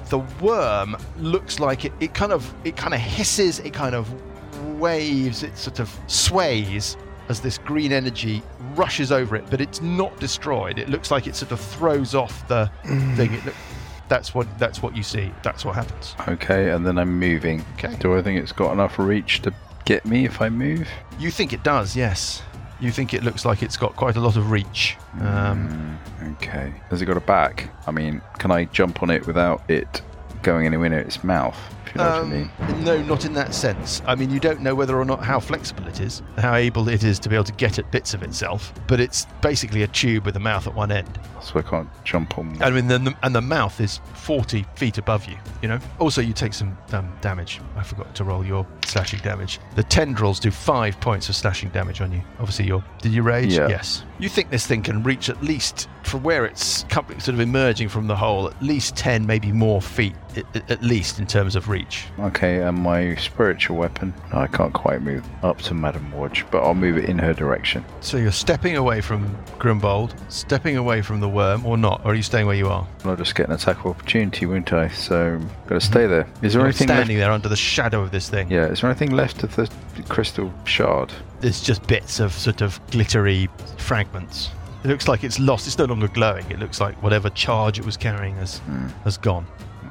[SPEAKER 1] the worm looks like it, it kind of it kind of hisses it kind of waves it sort of sways as this green energy rushes over it but it's not destroyed it looks like it sort of throws off the thing it look, that's what that's what you see that's what happens
[SPEAKER 4] Okay, and then I'm moving.
[SPEAKER 1] Okay.
[SPEAKER 4] Do I think it's got enough reach to get me if I move?
[SPEAKER 1] you think it does yes you think it looks like it's got quite a lot of reach um,
[SPEAKER 4] Okay. Has it got a back? I mean, can I jump on it without it going anywhere near its mouth? If you know what I mean.
[SPEAKER 1] um, no not in that sense i mean you don't know whether or not how flexible it is how able it is to be able to get at bits of itself but it's basically a tube with a mouth at one end
[SPEAKER 4] So I can't jump on.
[SPEAKER 1] I mean, the, and the mouth is 40 feet above you, you know? Also, you take some um, damage. I forgot to roll your slashing damage. The tendrils do five points of slashing damage on you. Obviously, your. Did you rage?
[SPEAKER 4] Yeah.
[SPEAKER 1] Yes. You think this thing can reach at least from where it's com- sort of emerging from the hole, at least 10, maybe more feet, at, at- at least in terms of reach.
[SPEAKER 4] Okay, and my spiritual weapon. I can't quite move up to Madame Watch, but I'll move it in her direction.
[SPEAKER 1] So you're stepping away from Grimbold, stepping away from the worm, or not? Or are you staying where you are?
[SPEAKER 4] I'll just get an attack of opportunity, won't I? So, gotta stay
[SPEAKER 6] Mm.
[SPEAKER 4] there. Is there
[SPEAKER 1] You're
[SPEAKER 4] anything left?
[SPEAKER 1] standing there under the shadow of this thing.
[SPEAKER 4] Yeah, is there anything left of the crystal shard?
[SPEAKER 1] There's just bits of sort of glittery fragments. It looks like it's lost. It's no longer glowing. It looks like whatever charge it was carrying has,
[SPEAKER 6] Hmm.
[SPEAKER 1] has gone.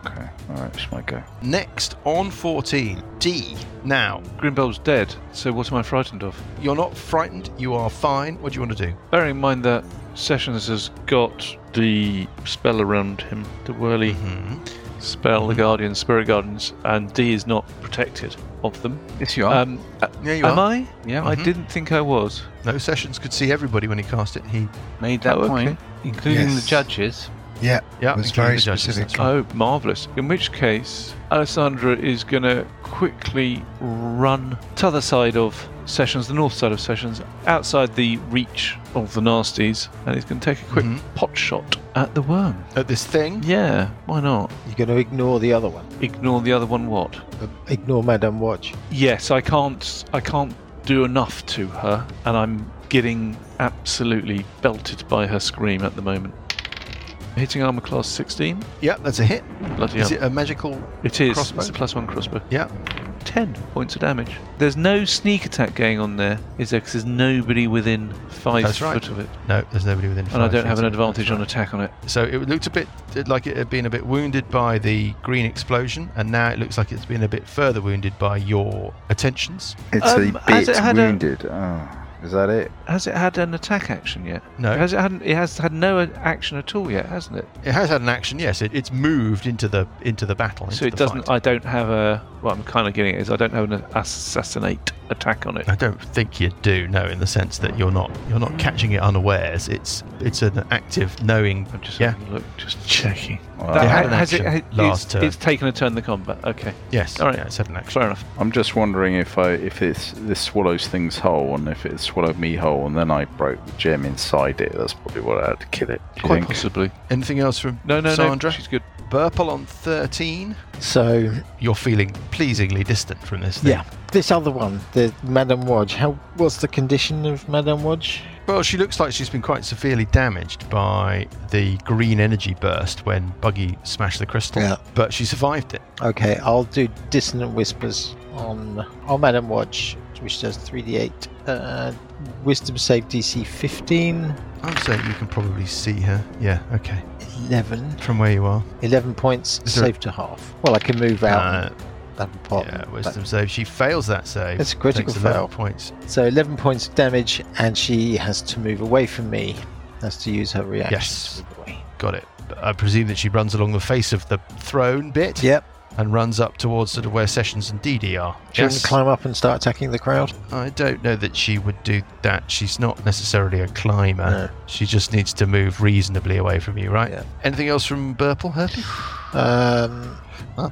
[SPEAKER 4] Okay, alright, it's my go.
[SPEAKER 1] Next, on 14, D. Now,
[SPEAKER 6] Grimbold's dead, so what am I frightened of?
[SPEAKER 1] you're not frightened. You are fine. What do you want to do?
[SPEAKER 6] Bearing in mind that Sessions has got the spell around him, the whirly
[SPEAKER 1] Mm-hmm.
[SPEAKER 6] spell, the Guardian, Spirit Guardians, and D is not protected of them.
[SPEAKER 4] Yes, you are.
[SPEAKER 6] Um, uh,
[SPEAKER 1] Yeah, you
[SPEAKER 6] am
[SPEAKER 1] are.
[SPEAKER 6] I? Yeah, I
[SPEAKER 1] Mhm.
[SPEAKER 6] didn't think I was.
[SPEAKER 1] No Sessions could see everybody when he cast it. He,
[SPEAKER 7] Made that
[SPEAKER 6] Oh, okay.
[SPEAKER 7] point, including
[SPEAKER 5] Yes.
[SPEAKER 7] the judges.
[SPEAKER 5] Yeah,
[SPEAKER 1] yeah,
[SPEAKER 5] was
[SPEAKER 1] including
[SPEAKER 5] very
[SPEAKER 1] the judges,
[SPEAKER 5] specific.
[SPEAKER 1] that's right.
[SPEAKER 6] Oh, marvellous. In which case, Alessandra is going to quickly run to the side of Sessions, the north side of Sessions, outside the reach of the nasties, and he's going to take a quick
[SPEAKER 1] Mhm.
[SPEAKER 6] pot shot at the worm.
[SPEAKER 1] At this thing,
[SPEAKER 6] Yeah, why not?
[SPEAKER 8] You're going to ignore the other one.
[SPEAKER 6] Ignore the other one, what?
[SPEAKER 8] Ignore Madame Watch.
[SPEAKER 6] Yes, I can't. I can't do enough to her, and I'm getting absolutely belted by her scream at the moment. Hitting armor class 16.
[SPEAKER 1] yeah, that's a hit.
[SPEAKER 6] Bloody
[SPEAKER 1] Is
[SPEAKER 6] hell.
[SPEAKER 1] it a magical?
[SPEAKER 6] it is.
[SPEAKER 1] crossbow?
[SPEAKER 6] It's a plus one crossbow.
[SPEAKER 1] Yeah,
[SPEAKER 6] 10 points of damage. There's no sneak attack going on there, is there? Because there's nobody within five
[SPEAKER 1] That's
[SPEAKER 6] foot
[SPEAKER 1] right.
[SPEAKER 6] of it,
[SPEAKER 1] No, there's nobody within.
[SPEAKER 6] and I don't have an advantage on attack on it.
[SPEAKER 1] So it looked a bit like it had been a bit wounded by the green explosion, and now it looks like it's been a bit further wounded by your attentions.
[SPEAKER 4] It's
[SPEAKER 6] um,
[SPEAKER 4] a
[SPEAKER 6] has
[SPEAKER 4] bit
[SPEAKER 6] it had a-
[SPEAKER 4] wounded. Oh, is that it?
[SPEAKER 6] Has it had an attack action yet?
[SPEAKER 1] No.
[SPEAKER 6] Has it had? It has had no a- action at all yet, hasn't it?
[SPEAKER 1] It has had an action, yes. It, it's moved into the into the battle. Into
[SPEAKER 6] so it
[SPEAKER 1] the
[SPEAKER 6] doesn't.
[SPEAKER 1] Fight.
[SPEAKER 6] I don't have a. What I'm kind of getting at is I don't have an assassinate attack on it.
[SPEAKER 1] I don't think you do. No, in the sense that you're not you're not catching it unawares. It's it's an active knowing.
[SPEAKER 6] I'm just
[SPEAKER 1] Yeah.
[SPEAKER 6] having a look, just checking.
[SPEAKER 4] Well,
[SPEAKER 1] They
[SPEAKER 6] That-
[SPEAKER 1] had an
[SPEAKER 6] has it-
[SPEAKER 1] action
[SPEAKER 6] it's-
[SPEAKER 1] last turn.
[SPEAKER 6] It's taken a turn the combat. Okay,
[SPEAKER 1] Yes.
[SPEAKER 6] All right.
[SPEAKER 1] Yeah, it's had an action.
[SPEAKER 6] fair enough.
[SPEAKER 4] I'm just wondering if I if it's this swallows things whole and if it swallowed me whole and then I broke the gem inside it. That's probably what I had to kill it. Do you
[SPEAKER 6] Quite
[SPEAKER 4] think?
[SPEAKER 6] possibly.
[SPEAKER 1] Anything else from
[SPEAKER 6] No, no,
[SPEAKER 1] Sandra?
[SPEAKER 6] no. She's good.
[SPEAKER 1] Burple on thirteen.
[SPEAKER 8] So,
[SPEAKER 1] You're feeling pleasingly distant from this thing.
[SPEAKER 8] yeah. This other one, the Madame Watch. How? What's the condition of Madame Watch?
[SPEAKER 1] Well, she looks like she's been quite severely damaged by the green energy burst when Buggy smashed the crystal.
[SPEAKER 8] Yeah.
[SPEAKER 1] But she survived it.
[SPEAKER 8] Okay, I'll do dissonant whispers on on Madam Watch, which does 3d8. Uh, wisdom save DC 15,
[SPEAKER 1] I'm saying you can probably see her. Yeah, okay.
[SPEAKER 8] 11,
[SPEAKER 1] From where you are.
[SPEAKER 8] 11 points
[SPEAKER 1] Is there- Uh,
[SPEAKER 8] save to half. Well, I can move out. that and pop.
[SPEAKER 1] yeah, wisdom save. She fails that save.
[SPEAKER 8] It's a critical
[SPEAKER 1] Takes 11
[SPEAKER 8] fail.
[SPEAKER 1] points.
[SPEAKER 8] So 11 points of damage, and she has to move away from me. Has to use her reaction.
[SPEAKER 1] Yes.
[SPEAKER 8] To move away.
[SPEAKER 1] Got it. But I presume that she runs along the face of the throne bit
[SPEAKER 8] Yep.
[SPEAKER 1] and runs up towards sort of where Sessions and DD are.
[SPEAKER 8] She yes. climb up and start attacking the crowd.
[SPEAKER 1] I don't know that she would do that. She's not necessarily a climber.
[SPEAKER 8] No.
[SPEAKER 1] She just needs to move reasonably away from you, right?
[SPEAKER 8] Yeah.
[SPEAKER 1] Anything else from Burple, Herpy?
[SPEAKER 8] Um, I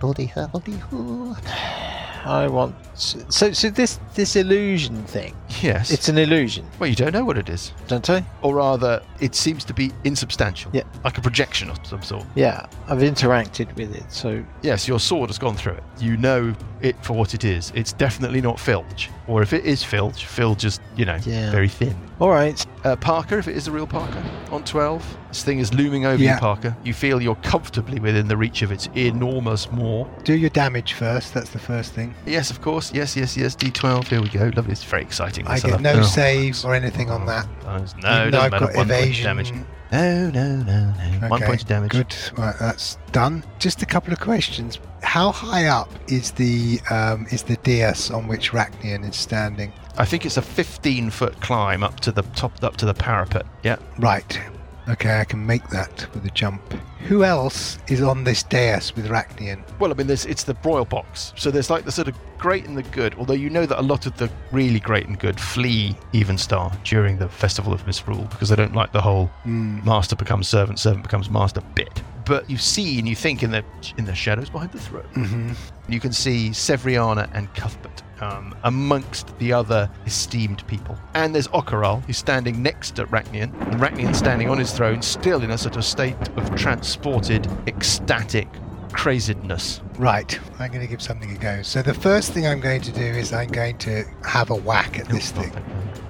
[SPEAKER 8] want so so this this illusion thing.
[SPEAKER 1] Yes.
[SPEAKER 8] It's an illusion,
[SPEAKER 1] well, you don't know what it is.
[SPEAKER 8] don't I?
[SPEAKER 1] Or rather, it seems to be insubstantial.
[SPEAKER 8] Yeah.
[SPEAKER 1] Like a projection of some sort.
[SPEAKER 8] Yeah, I've interacted with it, so
[SPEAKER 1] Yes, your sword has gone through it. You know it for what it is. It's definitely not Filge. Or if it is Filge, Filge is, you know,
[SPEAKER 8] Yeah.
[SPEAKER 1] very thin.
[SPEAKER 8] all right.
[SPEAKER 1] Uh, Parker, if it is the real Parker, on 12. This thing is looming over
[SPEAKER 5] Yeah.
[SPEAKER 1] you, Parker. You feel you're comfortably within the reach of its enormous maw.
[SPEAKER 5] Do your damage first. That's the first thing.
[SPEAKER 1] Yes, of course. Yes, yes, yes. D12. Here we go. Lovely. It's very exciting.
[SPEAKER 5] I
[SPEAKER 1] This
[SPEAKER 5] get
[SPEAKER 1] love-
[SPEAKER 5] no
[SPEAKER 1] Oh,
[SPEAKER 5] save
[SPEAKER 1] it's-
[SPEAKER 5] or anything on that.
[SPEAKER 1] Oh, it's- No,
[SPEAKER 5] Even
[SPEAKER 1] it
[SPEAKER 5] though
[SPEAKER 1] doesn't
[SPEAKER 5] I've
[SPEAKER 1] matter.
[SPEAKER 5] got
[SPEAKER 1] One point
[SPEAKER 5] evasion.
[SPEAKER 1] of damage. No, no, no, no. One
[SPEAKER 5] Okay,
[SPEAKER 1] point of damage.
[SPEAKER 5] Good. Right, that's done. Just a couple of questions. How high up is the um, is the dais on which Rachnian is standing?
[SPEAKER 1] I think it's a 15 foot climb up to the top, up to the parapet. Yeah.
[SPEAKER 5] Right. Okay, I can make that with a jump. Who else is on this dais with Rachnian?
[SPEAKER 1] Well, I mean, there's, it's the broil box. So there's like the sort of great and the good, although you know that a lot of the really great and good flee Evenstar
[SPEAKER 5] Hmm.
[SPEAKER 1] during the Festival of Misrule because they don't like the whole master becomes servant, servant becomes master bit. But you see, and you think in the in the shadows behind the throne,
[SPEAKER 5] Mm-hmm.
[SPEAKER 1] you can see Sevriana and Cuthbert um, amongst the other esteemed people. And there's Okaral, who's standing next to Rachnian, and Rachnian standing on his throne, still in a sort of state of transported, ecstatic crazedness.
[SPEAKER 5] Right, I'm going to give something a go. So the first thing I'm going to do is I'm going to have a whack at this
[SPEAKER 1] Oh,
[SPEAKER 5] thing.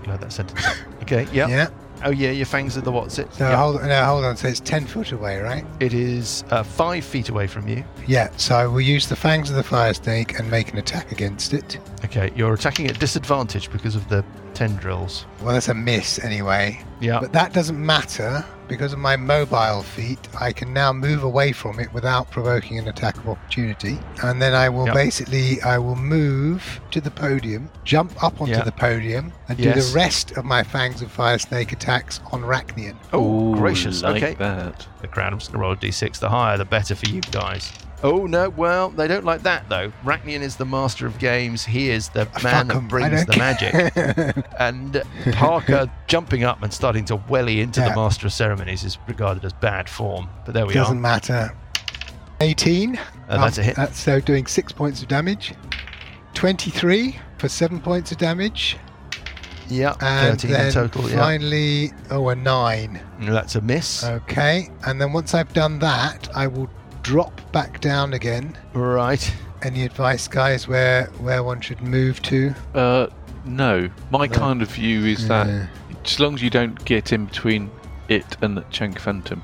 [SPEAKER 1] You had that sentence. Okay, yeah.
[SPEAKER 5] Yeah.
[SPEAKER 1] Oh, yeah, your fangs are the what's it?
[SPEAKER 5] No,
[SPEAKER 1] Yeah.
[SPEAKER 5] hold no, hold on. So it's ten foot away, right?
[SPEAKER 1] It is uh, five feet away from you.
[SPEAKER 5] Yeah. So I will use the fangs of the fire snake and make an attack against it.
[SPEAKER 1] Okay, you're attacking at disadvantage because of the tendrils.
[SPEAKER 5] Well, that's a miss anyway.
[SPEAKER 1] Yeah.
[SPEAKER 5] But that doesn't matter because of my mobile feat. I can now move away from it without provoking an attack of opportunity. And then I will
[SPEAKER 1] Yep.
[SPEAKER 5] basically I will move to the podium, jump up onto
[SPEAKER 1] Yeah.
[SPEAKER 5] the podium, and do
[SPEAKER 1] Yes.
[SPEAKER 5] the rest of my fangs of fire snake attacks on Rachnian.
[SPEAKER 1] Oh,
[SPEAKER 6] Ooh,
[SPEAKER 1] gracious.
[SPEAKER 6] Like
[SPEAKER 1] okay.
[SPEAKER 6] that.
[SPEAKER 1] The crown. I'm just going to roll a d6. The higher, the better for you guys. Oh, no. Well, they don't like that, though. Rachnian is the master of games. He is the man
[SPEAKER 5] Fuck 'em,
[SPEAKER 1] that
[SPEAKER 5] I
[SPEAKER 1] brings
[SPEAKER 5] don't
[SPEAKER 1] the magic. And Parker jumping up and starting to welly into the
[SPEAKER 5] Yeah.
[SPEAKER 1] master of ceremonies is regarded as bad form. But there we
[SPEAKER 5] Doesn't
[SPEAKER 1] are.
[SPEAKER 5] matter. 18.
[SPEAKER 1] Uh, that's a hit.
[SPEAKER 5] That's so doing six points of damage. 23 for seven points of damage.
[SPEAKER 1] yeah.
[SPEAKER 5] And
[SPEAKER 1] 13
[SPEAKER 5] then
[SPEAKER 1] in total. Yeah.
[SPEAKER 5] finally, oh, a nine.
[SPEAKER 1] That's a miss.
[SPEAKER 5] Uh, Okay, and then once I've done that, I will drop back down again.
[SPEAKER 1] right.
[SPEAKER 5] Any advice, guys, where where one should move to?
[SPEAKER 6] Uh, no. My kind of view is that as long as you don't get in between it and Chank Phantom,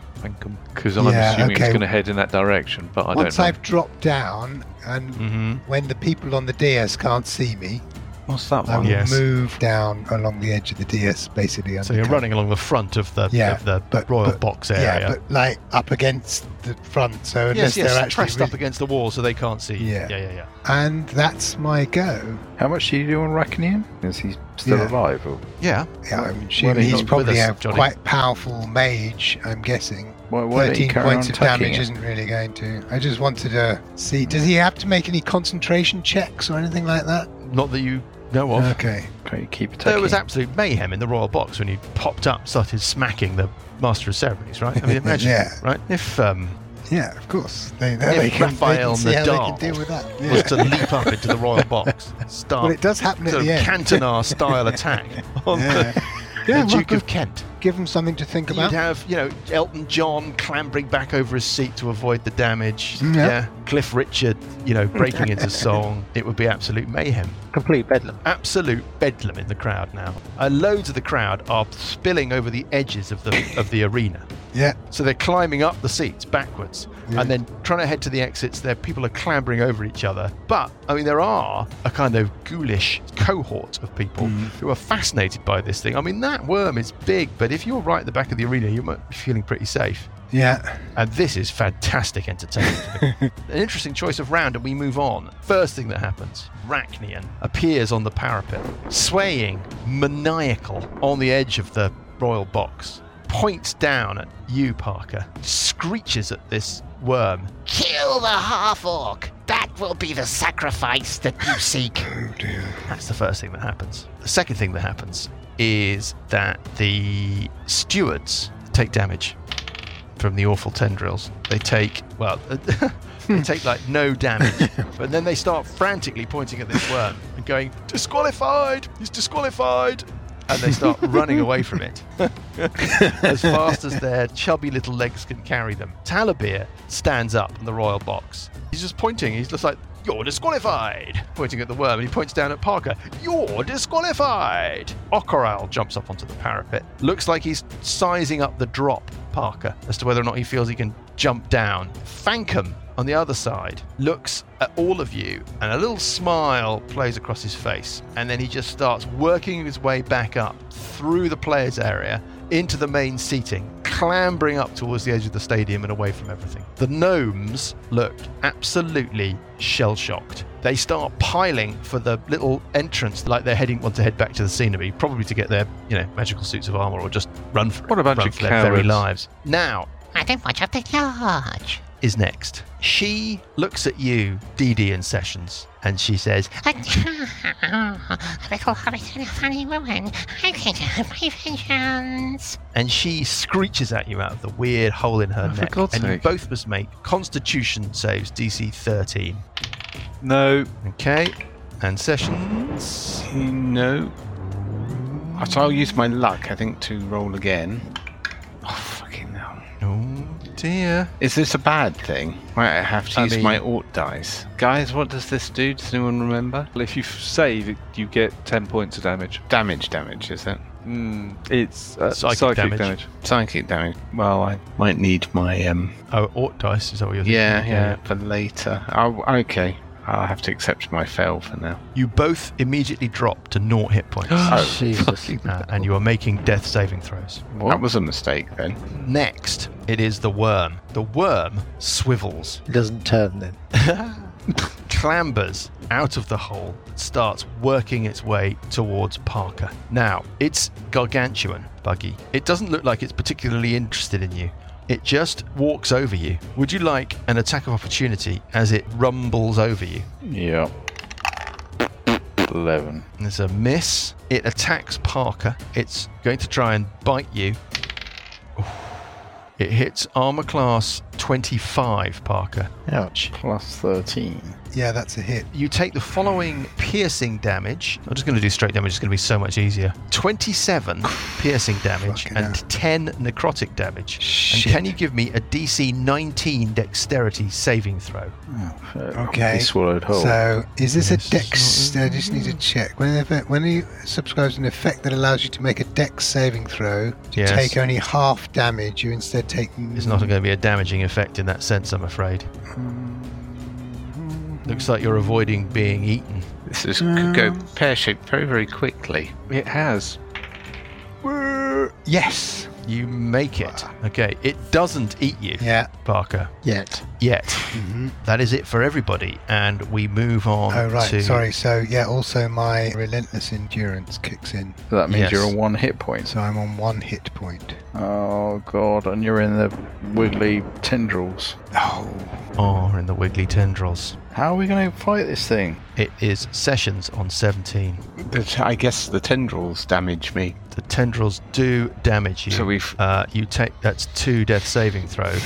[SPEAKER 6] because I'm
[SPEAKER 5] Yeah,
[SPEAKER 6] assuming it's
[SPEAKER 5] okay.
[SPEAKER 6] going to head in that direction, but I
[SPEAKER 5] once
[SPEAKER 6] don't know.
[SPEAKER 5] I've dropped down, and
[SPEAKER 1] Mm-hmm.
[SPEAKER 5] when the people on the DS can't see me,
[SPEAKER 4] What's that
[SPEAKER 5] I
[SPEAKER 4] one?
[SPEAKER 5] will
[SPEAKER 1] Oh, Yes.
[SPEAKER 5] move down along the edge of the DS, basically.
[SPEAKER 1] So you're
[SPEAKER 5] undercover.
[SPEAKER 1] running along the front of the,
[SPEAKER 5] Yeah,
[SPEAKER 1] of the
[SPEAKER 5] but-
[SPEAKER 1] royal
[SPEAKER 5] but-
[SPEAKER 1] box
[SPEAKER 5] Yeah,
[SPEAKER 1] area.
[SPEAKER 5] but like up against the front, so
[SPEAKER 1] yes,
[SPEAKER 5] unless
[SPEAKER 1] yes,
[SPEAKER 5] they're actually
[SPEAKER 1] pressed up against the wall so they can't see. you.
[SPEAKER 5] Yeah.
[SPEAKER 1] yeah, yeah, yeah.
[SPEAKER 5] and that's my go.
[SPEAKER 4] How much do you do on Rackham? Is he still
[SPEAKER 5] Yeah.
[SPEAKER 4] alive? Or
[SPEAKER 1] Yeah,
[SPEAKER 5] Yeah, I'm
[SPEAKER 1] Well,
[SPEAKER 5] assuming
[SPEAKER 1] he's
[SPEAKER 5] he's
[SPEAKER 1] not with
[SPEAKER 5] probably
[SPEAKER 1] us,
[SPEAKER 5] a
[SPEAKER 1] Johnny.
[SPEAKER 5] quite powerful mage. I'm guessing.
[SPEAKER 4] why, why don't you
[SPEAKER 5] 13
[SPEAKER 4] carry
[SPEAKER 5] points
[SPEAKER 4] on
[SPEAKER 5] of
[SPEAKER 4] attacking
[SPEAKER 5] damage
[SPEAKER 4] it?
[SPEAKER 5] isn't really going to. I just wanted to see. Does he have to make any concentration checks or anything like that?
[SPEAKER 1] not that you know of.
[SPEAKER 5] Okay.
[SPEAKER 4] Okay, keep attacking.
[SPEAKER 1] There was absolute mayhem in the royal box when you popped up, started smacking the master of ceremonies, right? I mean, imagine,
[SPEAKER 5] Yeah.
[SPEAKER 1] right? If um,
[SPEAKER 5] Yeah, of course. They,
[SPEAKER 1] If
[SPEAKER 5] they, they can, they
[SPEAKER 1] Raphael
[SPEAKER 5] can see how they
[SPEAKER 1] Nadal
[SPEAKER 5] can deal with that. Yeah.
[SPEAKER 1] was to leap up into the royal box,
[SPEAKER 5] well,
[SPEAKER 1] start
[SPEAKER 5] it does happen at
[SPEAKER 1] sort of
[SPEAKER 5] the end.
[SPEAKER 1] Cantonar-style attack on
[SPEAKER 5] yeah.
[SPEAKER 1] the,
[SPEAKER 5] yeah,
[SPEAKER 1] the
[SPEAKER 5] well,
[SPEAKER 1] Duke
[SPEAKER 5] give,
[SPEAKER 1] of Kent.
[SPEAKER 5] give him something to think
[SPEAKER 1] You'd
[SPEAKER 5] about.
[SPEAKER 1] have, you know, Elton John clambering back over his seat to avoid the damage.
[SPEAKER 5] Yeah.
[SPEAKER 1] yeah. Cliff Richard, you know, breaking into song. It would be absolute mayhem.
[SPEAKER 8] Complete bedlam.
[SPEAKER 1] absolute bedlam in the crowd now. Uh, loads of the crowd are spilling over the edges of the of the arena.
[SPEAKER 5] Yeah.
[SPEAKER 1] So they're climbing up the seats backwards and then trying to head to the exits. There, people are clambering over each other. But I mean, there are a kind of ghoulish cohort of people who are fascinated by this thing. I mean, that worm is big, but if you're right at the back of the arena, you might be feeling pretty safe.
[SPEAKER 5] Yeah.
[SPEAKER 1] And this is fantastic entertainment. An interesting choice of round, and we move on. First thing that happens Rachnian appears on the parapet, swaying, maniacal, on the edge of the royal box, points down at you, Parker, screeches at this worm.
[SPEAKER 9] Kill the half orc. That will be the sacrifice that you seek.
[SPEAKER 1] Oh, That's the first thing that happens. The second thing that happens is that the stewards take damage from the awful tendrils. They take, well, they take like no damage. But then they start frantically pointing at this worm and going, disqualified! He's disqualified! And they start running away from it as fast as their chubby little legs can carry them. Talabir stands up in the royal box. He's just pointing. He's just like, You're disqualified! Pointing at the worm, and he points down at Parker. You're disqualified! Okoral jumps up onto the parapet. Looks like he's sizing up the drop, Parker, as to whether or not he feels he can jump down. Fankum on the other side looks at all of you and a little smile plays across his face and then he just starts working his way back up through the players area into the main seating clambering up towards the edge of the stadium and away from everything the gnomes looked absolutely shell shocked they start piling for the little entrance like they're heading want to head back to the scenery probably to get their you know magical suits of armor or just run for it
[SPEAKER 6] What a bunch
[SPEAKER 1] run
[SPEAKER 6] of
[SPEAKER 1] for their very
[SPEAKER 6] cowards.
[SPEAKER 1] lives now
[SPEAKER 9] I don't want you to charge.
[SPEAKER 1] is next. She looks at you, Dee Dee and Sessions, and she says,
[SPEAKER 9] a little hobbit and a funny woman. I can have my vengeance.
[SPEAKER 1] and she screeches at you out of the weird hole in her
[SPEAKER 6] Oh, for
[SPEAKER 1] neck.
[SPEAKER 6] God's
[SPEAKER 1] and you
[SPEAKER 6] sake.
[SPEAKER 1] both must make Constitution saves DC 13.
[SPEAKER 6] No,
[SPEAKER 1] Okay. And Sessions.
[SPEAKER 7] No. So I'll use my luck, I think, to roll again. Oh, fucking hell.
[SPEAKER 1] Oh dear.
[SPEAKER 7] Is this a bad thing? Right, I have to
[SPEAKER 1] I
[SPEAKER 7] use
[SPEAKER 1] mean-
[SPEAKER 7] my alt dice. Guys, what does this do? Does anyone remember?
[SPEAKER 6] well, if you f- save, it, you get 10 points of damage.
[SPEAKER 7] Damage, damage, is it?
[SPEAKER 6] Mm, it's uh,
[SPEAKER 1] Psychic
[SPEAKER 6] psychic,
[SPEAKER 1] damage.
[SPEAKER 6] damage.
[SPEAKER 7] Psychic damage. Well, I might need my um.
[SPEAKER 1] Oh, Ort dice, is that what you're thinking?
[SPEAKER 7] Yeah, yeah, for later. I'll, okay, I'll have to accept my fail for now.
[SPEAKER 1] You both immediately drop to naught hit points.
[SPEAKER 7] Jesus.
[SPEAKER 1] Uh, and you are making death saving throws.
[SPEAKER 7] That was a mistake then.
[SPEAKER 1] Next, it is the worm. The worm swivels,
[SPEAKER 8] It doesn't turn then.
[SPEAKER 1] clambers out of the hole, starts working its way towards Parker. Now, it's gargantuan, Buggy. It doesn't look like it's particularly interested in you. It just walks over you. Would you like an attack of opportunity as it rumbles over you?
[SPEAKER 4] Yeah. 11.
[SPEAKER 1] There's a miss. It attacks Parker. It's going to try and bite you. Oof. It hits armor class 25, Parker.
[SPEAKER 8] Ouch.
[SPEAKER 4] Plus 13.
[SPEAKER 5] Yeah, that's a hit.
[SPEAKER 1] You take the following piercing damage. I'm just going to do straight damage, it's going to be so much easier. 27 piercing damage
[SPEAKER 5] Fucking
[SPEAKER 1] and 10 necrotic damage. And can you give me a DC 19 dexterity saving throw?
[SPEAKER 4] Uh,
[SPEAKER 5] Okay.
[SPEAKER 4] he swallowed whole.
[SPEAKER 5] So, is this a
[SPEAKER 1] Yes.
[SPEAKER 5] dex? I just need to check. When, an effect, when you subscribes an effect that allows you to make a dex saving throw to
[SPEAKER 1] Yes.
[SPEAKER 5] take only half damage, you instead take.
[SPEAKER 1] It's not going to be a damaging effect in that sense, I'm afraid. Looks like you're avoiding being eaten.
[SPEAKER 7] This is, could go pear shaped very, very quickly.
[SPEAKER 6] It has.
[SPEAKER 5] Yes.
[SPEAKER 1] You make it. Okay, it doesn't eat you,
[SPEAKER 5] Yeah.
[SPEAKER 1] Parker,
[SPEAKER 8] Yet.
[SPEAKER 1] yet. Mm-hmm. That is it for everybody, and we move on
[SPEAKER 5] Oh right.
[SPEAKER 1] to.
[SPEAKER 5] Sorry. So yeah. Also, my relentless endurance kicks in,
[SPEAKER 4] So that means
[SPEAKER 1] Yes.
[SPEAKER 4] you're on one hit point.
[SPEAKER 5] so I'm on one hit point.
[SPEAKER 4] Oh, God. And you're in the wiggly tendrils.
[SPEAKER 1] Oh, in the wiggly tendrils.
[SPEAKER 4] How are we going to fight this thing?
[SPEAKER 1] It is sessions on 17.
[SPEAKER 7] The t- I guess the tendrils damage me.
[SPEAKER 1] The tendrils do damage you.
[SPEAKER 7] So we've-
[SPEAKER 1] Uh, you take that's two death saving throws.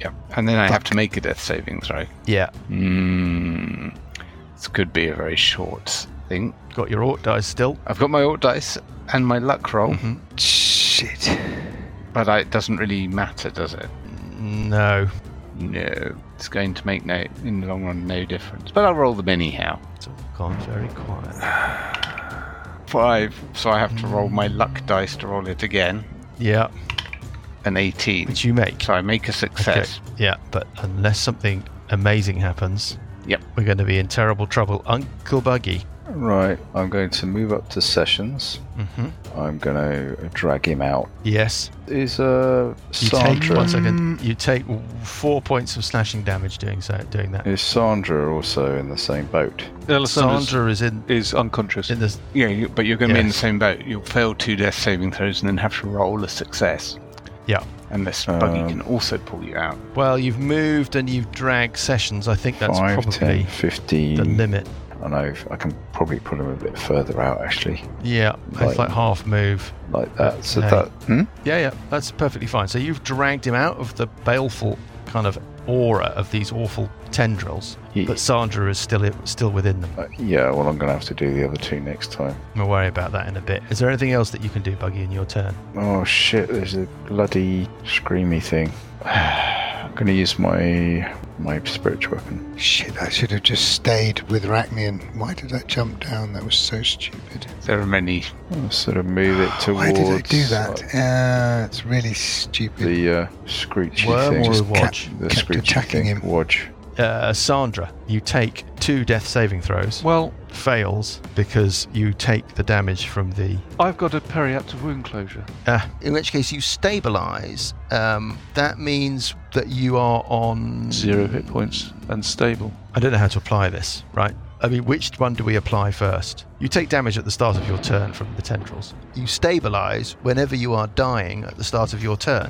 [SPEAKER 7] Yeah. And then I have to make a death saving throw.
[SPEAKER 1] yeah,
[SPEAKER 7] Hmm. This could be a very short thing.
[SPEAKER 1] got your orc dice still.
[SPEAKER 7] I've got my alt dice and my luck roll,
[SPEAKER 5] Shit.
[SPEAKER 7] but I, it doesn't really matter, does it?
[SPEAKER 1] No.
[SPEAKER 7] No. It's going to make no, in the long run, no difference. But I'll roll them anyhow.
[SPEAKER 1] It's all gone very quiet.
[SPEAKER 7] Five. So I have to roll my luck dice to roll it again.
[SPEAKER 1] Yeah,
[SPEAKER 7] An 18.
[SPEAKER 1] which you make.
[SPEAKER 7] So I make a success.
[SPEAKER 1] Okay, Yeah, but unless something amazing happens,
[SPEAKER 7] Yep.
[SPEAKER 1] we're going to be in terrible trouble. Uncle Buggy.
[SPEAKER 4] Right. I'm going to move up to Sessions.
[SPEAKER 1] Mm-hmm.
[SPEAKER 4] I'm going to drag him out.
[SPEAKER 1] Yes.
[SPEAKER 4] Is uh,
[SPEAKER 1] You take
[SPEAKER 4] Sandra.
[SPEAKER 1] one second. You take four points of slashing damage doing so. Doing that.
[SPEAKER 4] Is Sandra also in the same boat?
[SPEAKER 6] Alessandra
[SPEAKER 1] Sandra is in
[SPEAKER 6] is unconscious.
[SPEAKER 1] in this.
[SPEAKER 7] Yeah, you, but you're going to be in the
[SPEAKER 1] Yes.
[SPEAKER 7] same boat. You'll fail two death saving throws and then have to roll a success.
[SPEAKER 1] Yeah.
[SPEAKER 7] Unless Buggy
[SPEAKER 4] Um,
[SPEAKER 7] can also pull you out.
[SPEAKER 1] Well, you've moved and you've dragged sessions. I think that's
[SPEAKER 4] Five,
[SPEAKER 1] probably
[SPEAKER 4] 10, 15.
[SPEAKER 1] the limit.
[SPEAKER 4] I know. I can probably pull him a bit further out, actually,
[SPEAKER 1] Yeah, it's
[SPEAKER 4] Right.
[SPEAKER 1] like half move.
[SPEAKER 4] like that. So
[SPEAKER 1] Okay.
[SPEAKER 4] that. Hmm?
[SPEAKER 1] Yeah, yeah, that's perfectly fine. So you've dragged him out of the baleful kind of aura of these awful tendrils,
[SPEAKER 4] Ye-
[SPEAKER 1] but Sandra is still still within them.
[SPEAKER 4] Uh, yeah. Well, I'm going to have to do the other two next time.
[SPEAKER 1] We'll worry about that in a bit. Is there anything else that you can do, Buggy, in your turn?
[SPEAKER 4] Oh shit! There's a bloody screamy thing. I'm going to use my my spiritual weapon.
[SPEAKER 5] Shit. I should have just stayed with Rachnian. Why did I jump down? That was so stupid.
[SPEAKER 7] There are many.
[SPEAKER 4] I'll sort of move it towards.
[SPEAKER 5] Why did I do that?
[SPEAKER 4] like,
[SPEAKER 5] Uh, it's really stupid.
[SPEAKER 4] the uh, screechy
[SPEAKER 1] Worm
[SPEAKER 4] thing.
[SPEAKER 1] or
[SPEAKER 4] Just
[SPEAKER 1] a watch?
[SPEAKER 4] the
[SPEAKER 5] kept
[SPEAKER 4] screechy
[SPEAKER 5] attacking
[SPEAKER 4] thing.
[SPEAKER 5] him.
[SPEAKER 4] Watch.
[SPEAKER 1] Uh, Sandra, you take two death saving throws.
[SPEAKER 6] Well,
[SPEAKER 1] Fails because you take the damage from the.
[SPEAKER 6] I've got a periaptive wound closure.
[SPEAKER 1] Uh, in which case, you stabilize. Um, that means that you are on
[SPEAKER 6] Zero hit points and stable.
[SPEAKER 1] I don't know how to apply this, right? I mean, which one do we apply first? You take damage at the start of your turn from the tendrils. You stabilize whenever you are dying at the start of your turn.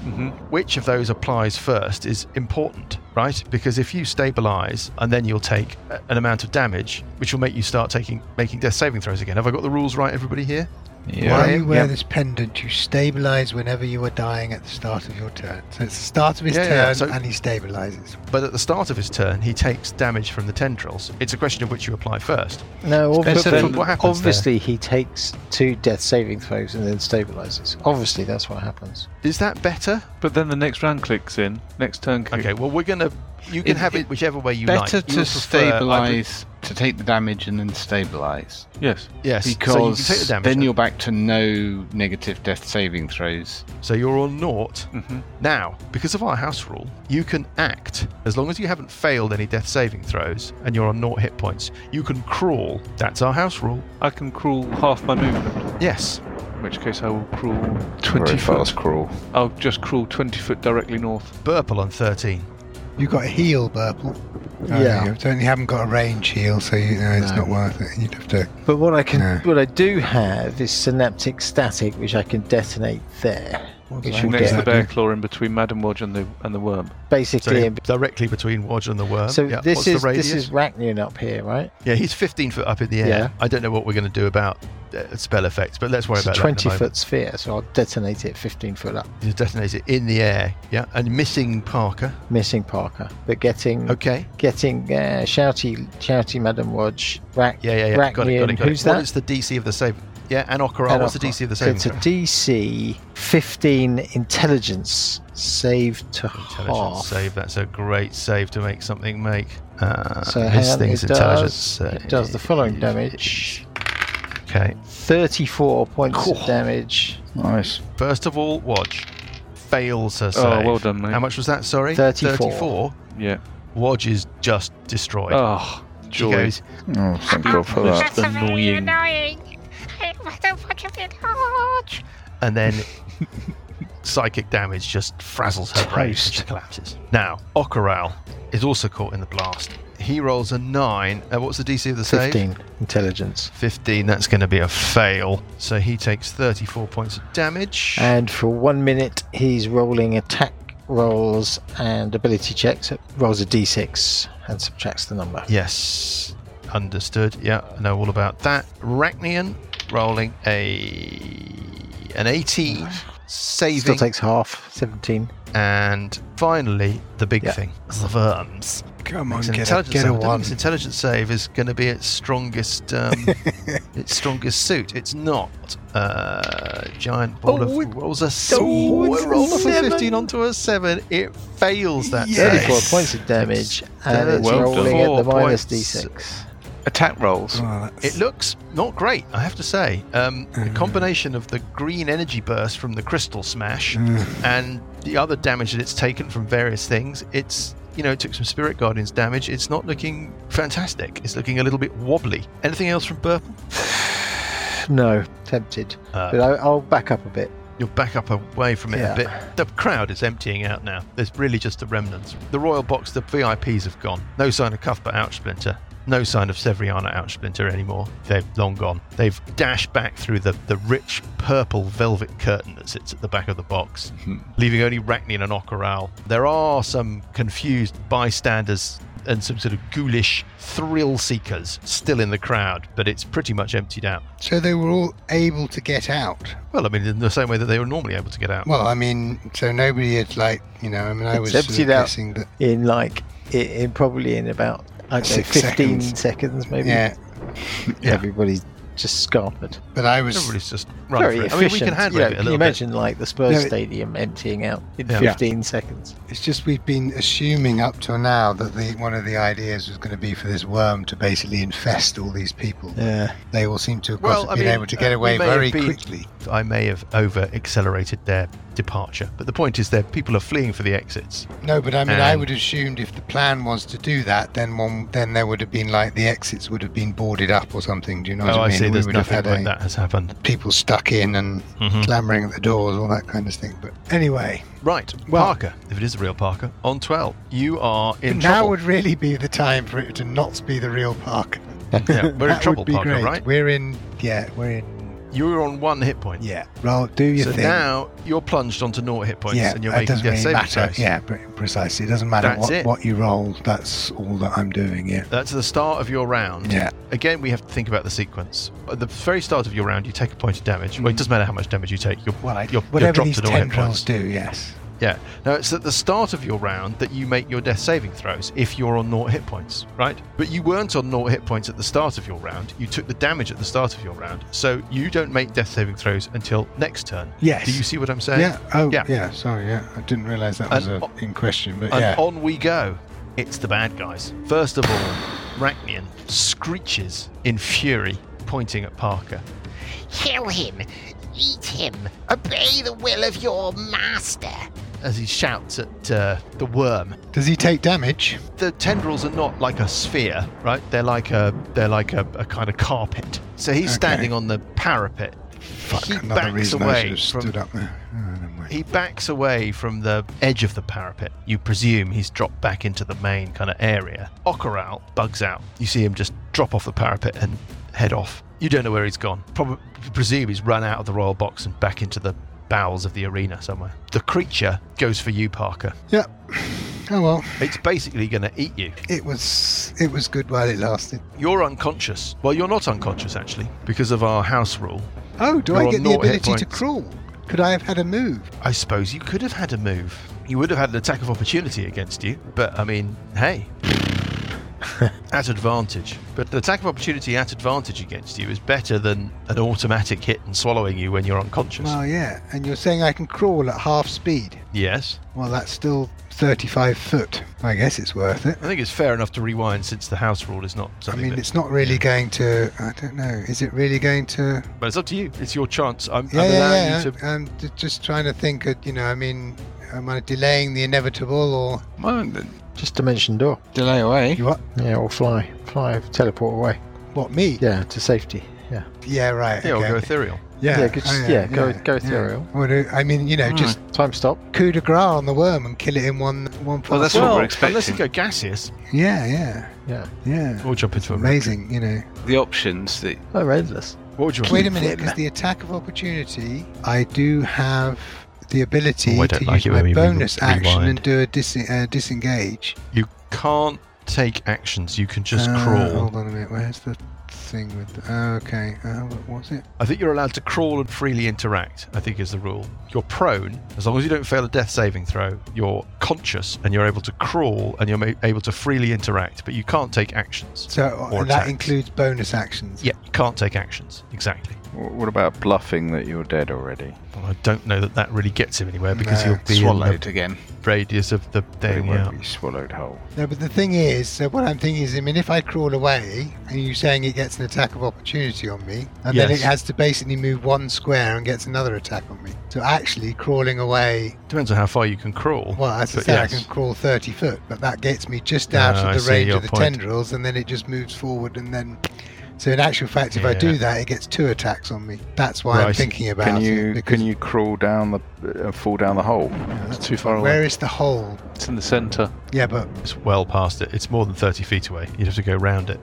[SPEAKER 1] Which of those applies first is important, right? Because if you stabilize and then you'll take a- an amount of damage, which will make you start taking making death saving throws again. Have I got the rules right, everybody here?
[SPEAKER 4] Yeah.
[SPEAKER 5] While you wear
[SPEAKER 1] yeah.
[SPEAKER 5] this pendant, you stabilize whenever you are dying at the start of your turn. So it's the start of his
[SPEAKER 1] Yeah, yeah,
[SPEAKER 5] turn,
[SPEAKER 1] so-
[SPEAKER 5] and he stabilizes.
[SPEAKER 1] But at the start of his turn, he takes damage from the tendrils. It's a question of which you apply first.
[SPEAKER 8] No, obviously,
[SPEAKER 1] then what happens
[SPEAKER 8] obviously he takes two death saving throws and then stabilizes. Obviously, that's what happens.
[SPEAKER 1] Is that better?
[SPEAKER 6] But then the next round clicks in. Next turn click.
[SPEAKER 1] Okay, well, we're going to. You can
[SPEAKER 7] It-
[SPEAKER 1] have it
[SPEAKER 7] it-
[SPEAKER 1] whichever way you like.
[SPEAKER 7] Better
[SPEAKER 1] You'll
[SPEAKER 7] to
[SPEAKER 1] prefer- I would-
[SPEAKER 7] stabilize, to take the damage and then stabilize.
[SPEAKER 6] Yes.
[SPEAKER 1] Yes, so you can
[SPEAKER 7] Because
[SPEAKER 1] take the damage
[SPEAKER 7] then
[SPEAKER 1] then.
[SPEAKER 7] you're back to no negative death saving throws.
[SPEAKER 1] So you're on naught.
[SPEAKER 7] Mm-hmm.
[SPEAKER 1] Now, because of our house rule, you can act as long as you haven't failed any death saving throws and you're on naught hit points. You can crawl. That's our house rule.
[SPEAKER 6] I can crawl half my movement,
[SPEAKER 1] Yes.
[SPEAKER 6] in which case I will crawl
[SPEAKER 4] Very
[SPEAKER 6] 20 foot.
[SPEAKER 4] fast crawl.
[SPEAKER 6] I'll just crawl 20 foot directly north.
[SPEAKER 1] Burple on 13.
[SPEAKER 5] You got a heal, Burple. Oh,
[SPEAKER 8] Yeah.
[SPEAKER 5] You don't- you haven't got a range heal, so you know, it's
[SPEAKER 8] No.
[SPEAKER 5] not worth it. You'd have to.
[SPEAKER 8] But what I can,
[SPEAKER 5] Yeah.
[SPEAKER 8] what I do have is synaptic static, which I can detonate there. Which will
[SPEAKER 6] Next
[SPEAKER 8] get
[SPEAKER 6] to the
[SPEAKER 5] that
[SPEAKER 6] bear
[SPEAKER 5] do?
[SPEAKER 6] claw in between Madam Wodge and the and the worm.
[SPEAKER 1] So
[SPEAKER 8] basically. in-
[SPEAKER 1] directly between Wodge and the worm.
[SPEAKER 8] So
[SPEAKER 1] yeah.
[SPEAKER 8] this
[SPEAKER 1] What's
[SPEAKER 8] is
[SPEAKER 1] the radius?
[SPEAKER 8] this is Rachnian up here, right?
[SPEAKER 1] Yeah, he's 15 foot up in the air.
[SPEAKER 8] Yeah.
[SPEAKER 1] I don't know what we're going to do about uh, spell effects, but let's worry
[SPEAKER 8] It's a
[SPEAKER 1] about
[SPEAKER 8] twenty
[SPEAKER 1] that. in a moment.
[SPEAKER 8] foot sphere, so I'll detonate it fifteen foot up.
[SPEAKER 1] You detonate it in the air. Yeah. And missing Parker.
[SPEAKER 8] Missing Parker, but getting
[SPEAKER 1] Okay.
[SPEAKER 8] getting uh, shouty shouty Madam Watch Rack.
[SPEAKER 1] Yeah, yeah, yeah.
[SPEAKER 8] Rachnian.
[SPEAKER 1] Got it, got it, got
[SPEAKER 8] Who's
[SPEAKER 1] it.
[SPEAKER 8] that?
[SPEAKER 1] What is the DC of the save? Yeah, and Okara. What's the DC of the saving?
[SPEAKER 8] It's a
[SPEAKER 1] throw?
[SPEAKER 8] DC 15 intelligence save to
[SPEAKER 1] Intelligence
[SPEAKER 8] half.
[SPEAKER 1] save. That's a great save to make something make. Uh,
[SPEAKER 8] So
[SPEAKER 1] this
[SPEAKER 8] how
[SPEAKER 1] thing's
[SPEAKER 8] it
[SPEAKER 1] intelligence.
[SPEAKER 8] does, it does the following damage.
[SPEAKER 1] Okay.
[SPEAKER 8] 34 points of damage.
[SPEAKER 4] Nice.
[SPEAKER 1] First of all, Wodge fails her save.
[SPEAKER 6] Oh, well done, mate.
[SPEAKER 1] How much was that? Sorry,
[SPEAKER 8] 34.
[SPEAKER 6] Yeah.
[SPEAKER 1] Wodge is just destroyed.
[SPEAKER 6] Oh,
[SPEAKER 1] she
[SPEAKER 6] joy.
[SPEAKER 1] goes,
[SPEAKER 4] Oh, thank God for that.
[SPEAKER 9] That's very
[SPEAKER 6] annoying.
[SPEAKER 9] annoying. I I don't want to be large.
[SPEAKER 1] and then psychic damage just frazzles her brain. and She collapses. Now, Okaral is also caught in the blast. He rolls a nine. Uh, what's the DC of the save?
[SPEAKER 8] 15 intelligence.
[SPEAKER 1] 15, that's going to be a fail. So he takes 34 points of damage.
[SPEAKER 8] And for one minute, he's rolling attack rolls and ability checks. It rolls a d6 and subtracts the number.
[SPEAKER 1] yes, understood. Yeah, I know all about that. Rachnian rolling a an 18,
[SPEAKER 8] Still
[SPEAKER 1] saving.
[SPEAKER 8] takes half, 17.
[SPEAKER 1] and finally, the big
[SPEAKER 8] Yeah.
[SPEAKER 1] thing the worms.
[SPEAKER 5] Come on,
[SPEAKER 1] Makes an
[SPEAKER 5] get a,
[SPEAKER 1] intelligence
[SPEAKER 5] get
[SPEAKER 1] save.
[SPEAKER 5] a
[SPEAKER 1] I don't think
[SPEAKER 5] one.
[SPEAKER 1] Its intelligence save is going to be its strongest, um, its strongest suit. It's not. Uh, giant ball of rolls a
[SPEAKER 5] oh,
[SPEAKER 1] s-
[SPEAKER 5] it's
[SPEAKER 1] roll off a
[SPEAKER 5] seven.
[SPEAKER 1] fifteen onto a seven. It fails that.
[SPEAKER 5] Yes.
[SPEAKER 1] save.
[SPEAKER 8] 34 points of damage, and it's
[SPEAKER 6] Well done.
[SPEAKER 8] rolling at the
[SPEAKER 1] Four
[SPEAKER 8] minus
[SPEAKER 1] points.
[SPEAKER 8] d6.
[SPEAKER 7] Attack rolls.
[SPEAKER 5] Oh, that's-
[SPEAKER 1] It looks not great, I have to say. Um, the combination of the green energy burst from the crystal smash and the other damage that it's taken from various things, it's you know, it took some spirit guardians damage. It's not looking fantastic. It's looking a little bit wobbly. Anything else from Burple?
[SPEAKER 8] No, tempted.
[SPEAKER 1] Uh,
[SPEAKER 8] but I, I'll back up a bit.
[SPEAKER 1] You'll back up away from it
[SPEAKER 8] Yeah.
[SPEAKER 1] a bit. The crowd is emptying out now. There's really just the remnants. The royal box, the VIPs have gone. No sign of Cuthbert Outsplinter. No sign of Severiana Outsplinter anymore. They're long gone. They've dashed back through the, the rich purple velvet curtain that sits at the back of the box, leaving only Rachnian and Ocaral. There are some confused bystanders and some sort of ghoulish thrill seekers still in the crowd, but it's pretty much emptied out.
[SPEAKER 5] So they were all able to get out.
[SPEAKER 1] Well, I mean, in the same way that they were normally able to get out.
[SPEAKER 5] Well, I mean, so nobody had like, you know, I mean, I
[SPEAKER 8] It's
[SPEAKER 5] was sort
[SPEAKER 8] emptied
[SPEAKER 5] of
[SPEAKER 8] out.
[SPEAKER 5] guessing that.
[SPEAKER 8] in like in, in probably in about I'd say
[SPEAKER 5] Six
[SPEAKER 8] 15 seconds,
[SPEAKER 5] seconds.
[SPEAKER 8] maybe.
[SPEAKER 5] Yeah,
[SPEAKER 1] Yeah.
[SPEAKER 8] Everybody's just scarpered.
[SPEAKER 5] but I was
[SPEAKER 1] Everybody's just run
[SPEAKER 8] Very
[SPEAKER 1] for it. I
[SPEAKER 8] efficient.
[SPEAKER 1] mean, we can handle
[SPEAKER 8] you know,
[SPEAKER 1] it a
[SPEAKER 8] can
[SPEAKER 1] little
[SPEAKER 8] you imagine like the Spurs
[SPEAKER 5] No, it-
[SPEAKER 8] stadium emptying out in
[SPEAKER 1] Yeah.
[SPEAKER 8] 15 seconds?
[SPEAKER 5] It's just we've been assuming up till now that the one of the ideas was going to be for this worm to basically infest all these people.
[SPEAKER 8] Yeah.
[SPEAKER 5] They all seem to have
[SPEAKER 1] Well,
[SPEAKER 5] got-
[SPEAKER 1] I
[SPEAKER 5] been
[SPEAKER 1] mean,
[SPEAKER 5] able to
[SPEAKER 1] uh,
[SPEAKER 5] get
[SPEAKER 1] we
[SPEAKER 5] away
[SPEAKER 1] may have
[SPEAKER 5] very
[SPEAKER 1] been-
[SPEAKER 5] quickly.
[SPEAKER 1] bit. I may have over accelerated their departure, but the point is that people are fleeing for the exits.
[SPEAKER 5] No, but I mean, I
[SPEAKER 1] Um,
[SPEAKER 5] would have assumed if the plan was to do that, then one, then there would have been like the exits would have been boarded up or something. Do you know what
[SPEAKER 1] oh,
[SPEAKER 5] I
[SPEAKER 1] I
[SPEAKER 5] mean?
[SPEAKER 1] see.
[SPEAKER 5] We
[SPEAKER 1] There's
[SPEAKER 5] would have
[SPEAKER 1] nothing
[SPEAKER 5] had
[SPEAKER 1] like
[SPEAKER 5] a-
[SPEAKER 1] that has happened.
[SPEAKER 5] people stuck in and
[SPEAKER 1] Mhm.
[SPEAKER 5] clamoring at the doors, all that kind of thing. But anyway,
[SPEAKER 1] Right,
[SPEAKER 5] Well-
[SPEAKER 1] Parker, if it is the real Parker, on 12, you are in
[SPEAKER 5] now
[SPEAKER 1] trouble.
[SPEAKER 5] would really be the time for it to not be the real Parker.
[SPEAKER 1] Yeah, we're in
[SPEAKER 5] That
[SPEAKER 1] trouble,
[SPEAKER 5] would be
[SPEAKER 1] Parker,
[SPEAKER 5] great.
[SPEAKER 1] right?
[SPEAKER 5] We're in. Yeah, we're in.
[SPEAKER 1] You're on one hit point.
[SPEAKER 5] Yeah. Roll. Do your
[SPEAKER 1] so
[SPEAKER 5] thing.
[SPEAKER 1] now you're plunged onto naught hit points
[SPEAKER 5] yeah,
[SPEAKER 1] and you're
[SPEAKER 5] that
[SPEAKER 1] making
[SPEAKER 5] doesn't
[SPEAKER 1] death
[SPEAKER 5] really
[SPEAKER 1] saving
[SPEAKER 5] matter.
[SPEAKER 1] throws.
[SPEAKER 5] Yeah, pre- precisely. It doesn't matter
[SPEAKER 1] That's
[SPEAKER 5] what,
[SPEAKER 1] it.
[SPEAKER 5] what you roll. That's all that I'm doing. Yeah.
[SPEAKER 1] That's the start of your round.
[SPEAKER 5] Yeah.
[SPEAKER 1] Again, we have to think about the sequence. At the very start of your round, you take a point of damage. Well, it doesn't matter how much damage you take. You're,
[SPEAKER 5] Mm. Well, I,
[SPEAKER 1] you're, you're
[SPEAKER 5] whatever
[SPEAKER 1] dropped
[SPEAKER 5] these
[SPEAKER 1] to naught
[SPEAKER 5] ten
[SPEAKER 1] hit points.
[SPEAKER 5] rolls do. Yes.
[SPEAKER 1] Yeah. Now it's at the start of your round that you make your death saving throws if you're on naught hit points, right? But you weren't on naught hit points at the start of your round. You took the damage at the start of your round, so you don't make death saving throws until next turn.
[SPEAKER 5] Yes.
[SPEAKER 1] Do you see what I'm saying?
[SPEAKER 5] yeah. Oh.
[SPEAKER 1] yeah.
[SPEAKER 5] Yeah. Sorry. Yeah. I didn't realise
[SPEAKER 1] And
[SPEAKER 5] that was
[SPEAKER 1] o-
[SPEAKER 5] a, in question. But
[SPEAKER 1] And
[SPEAKER 5] yeah.
[SPEAKER 1] on we go. It's the bad guys. First of all, Rachnian screeches in fury, pointing at Parker.
[SPEAKER 9] Kill him. Eat him. Obey the will of your master.
[SPEAKER 1] As he shouts at uh, the worm,
[SPEAKER 5] Does he take damage?
[SPEAKER 1] the tendrils are not like a sphere, right? They're like a they're like a, a kind of carpet. So he's
[SPEAKER 5] Okay.
[SPEAKER 1] standing on the parapet.
[SPEAKER 5] Fuck.
[SPEAKER 1] he
[SPEAKER 5] another
[SPEAKER 1] backs
[SPEAKER 5] reason I should
[SPEAKER 1] away
[SPEAKER 5] have
[SPEAKER 1] from
[SPEAKER 5] stood up there. Oh, never mind.
[SPEAKER 1] he backs away from the edge of the parapet. You presume he's dropped back into the main kind of area. Ocaral bugs out. You see him just drop off the parapet and head off. You don't know where he's gone. Probably presume he's run out of the royal box and back into the bowels of the arena somewhere. The creature goes for you, Parker.
[SPEAKER 5] Yeah. Oh well.
[SPEAKER 1] It's basically going to eat you.
[SPEAKER 5] It was. It was good while it lasted.
[SPEAKER 1] You're unconscious. Well, you're not unconscious actually, because of our house rule.
[SPEAKER 5] Oh, do
[SPEAKER 1] You're
[SPEAKER 5] I
[SPEAKER 1] on
[SPEAKER 5] get the
[SPEAKER 1] naught hit
[SPEAKER 5] ability to
[SPEAKER 1] points.
[SPEAKER 5] crawl? Could I have had a move?
[SPEAKER 1] I suppose you could have had a move. You would have had an attack of opportunity against you, but I mean, hey. at advantage. But an attack of opportunity at advantage against you is better than an automatic hit and swallowing you when you're unconscious.
[SPEAKER 5] Well, yeah. And you're saying I can crawl at half speed.
[SPEAKER 1] Yes.
[SPEAKER 5] Well, that's still 35 foot. I guess it's worth it.
[SPEAKER 1] I think it's fair enough to rewind since the house rule is not
[SPEAKER 5] I
[SPEAKER 1] something.
[SPEAKER 5] mean,
[SPEAKER 1] that-
[SPEAKER 5] it's not really going to. I don't know. Is it really going to?
[SPEAKER 1] But it's up to you. It's your chance. I'm,
[SPEAKER 5] Yeah,
[SPEAKER 1] I'm
[SPEAKER 5] yeah,
[SPEAKER 1] allowing
[SPEAKER 5] yeah.
[SPEAKER 1] you to.
[SPEAKER 5] I'm ju- just trying to think. Of, you know, I mean, am I delaying the inevitable or
[SPEAKER 7] Well, then,
[SPEAKER 8] Just dimension door.
[SPEAKER 7] delay away.
[SPEAKER 5] you what?
[SPEAKER 8] Yeah, or fly. Fly, teleport away.
[SPEAKER 5] What me?
[SPEAKER 8] Yeah, to safety. Yeah.
[SPEAKER 5] Yeah, right.
[SPEAKER 1] Yeah,
[SPEAKER 5] okay.
[SPEAKER 1] or go ethereal.
[SPEAKER 5] yeah,
[SPEAKER 8] Yeah, go- yeah, go- go ethereal.
[SPEAKER 5] Or do- I mean, you know, just
[SPEAKER 8] Time stop.
[SPEAKER 5] coup de grace on the worm and kill it in one one.
[SPEAKER 7] Well, that's
[SPEAKER 5] pass.
[SPEAKER 7] what we're
[SPEAKER 1] unless you
[SPEAKER 7] expecting.
[SPEAKER 1] go gaseous,
[SPEAKER 5] yeah, yeah,
[SPEAKER 8] Yeah.
[SPEAKER 5] yeah.
[SPEAKER 1] or jump into a room.
[SPEAKER 5] Amazing, you know.
[SPEAKER 7] The options that
[SPEAKER 8] Oh, endless.
[SPEAKER 1] What would you
[SPEAKER 5] Wait a minute, because the attack of opportunity, I do have the ability
[SPEAKER 1] Oh, I don't
[SPEAKER 5] to
[SPEAKER 1] like
[SPEAKER 5] use
[SPEAKER 1] it when
[SPEAKER 5] my
[SPEAKER 1] we re-
[SPEAKER 5] bonus action
[SPEAKER 1] rewind.
[SPEAKER 5] and do a dis- uh, disengage.
[SPEAKER 1] You can't take actions. You can just
[SPEAKER 5] Uh,
[SPEAKER 1] crawl.
[SPEAKER 5] Hold on a minute. Where's the thing with? The, oh, okay. Uh, what was it?
[SPEAKER 1] I think you're allowed to crawl and freely interact, I think is the rule. You're prone, as long as you don't fail a death saving throw, you're conscious and you're able to crawl and you're ma- able to freely interact, but you can't take actions.
[SPEAKER 5] So
[SPEAKER 1] Or
[SPEAKER 5] uh, that
[SPEAKER 1] attacks.
[SPEAKER 5] includes bonus actions.
[SPEAKER 1] Yeah, you can't take actions. Exactly.
[SPEAKER 4] Wh- What about bluffing that you're dead already?
[SPEAKER 1] Well, I don't know that that really gets him anywhere because
[SPEAKER 5] No.
[SPEAKER 1] he'll be in
[SPEAKER 7] swallowed again.
[SPEAKER 1] the radius of the
[SPEAKER 4] They
[SPEAKER 1] thing.
[SPEAKER 4] won't
[SPEAKER 1] Yeah.
[SPEAKER 4] be swallowed whole.
[SPEAKER 5] No, but the thing is, so what I'm thinking is, I mean, if I crawl away, and you're saying it gets an attack of opportunity on me, and then
[SPEAKER 1] Yes.
[SPEAKER 5] it has to basically move one square and gets another attack on me. So actually, crawling away,
[SPEAKER 1] Depends on how far you can crawl.
[SPEAKER 5] well, as I
[SPEAKER 1] But
[SPEAKER 5] said, I
[SPEAKER 1] yes.
[SPEAKER 5] can crawl 30 foot, but that gets me just out
[SPEAKER 1] Ah, I
[SPEAKER 5] of
[SPEAKER 1] see
[SPEAKER 5] the range
[SPEAKER 1] your
[SPEAKER 5] of the
[SPEAKER 1] point.
[SPEAKER 5] tendrils, and then it just moves forward, and then. So in actual fact, if I
[SPEAKER 1] Yeah.
[SPEAKER 5] do that, it gets two attacks on me. That's why I'm
[SPEAKER 1] Right.
[SPEAKER 5] thinking about
[SPEAKER 4] Can
[SPEAKER 5] it.
[SPEAKER 4] you
[SPEAKER 5] because-
[SPEAKER 4] can you crawl down the uh, fall down the hole?
[SPEAKER 6] It's too far away.
[SPEAKER 5] Where is the hole?
[SPEAKER 6] It's in the centre.
[SPEAKER 5] Yeah, but
[SPEAKER 1] It's well past it. It's more than 30 feet away. You'd have to go round it.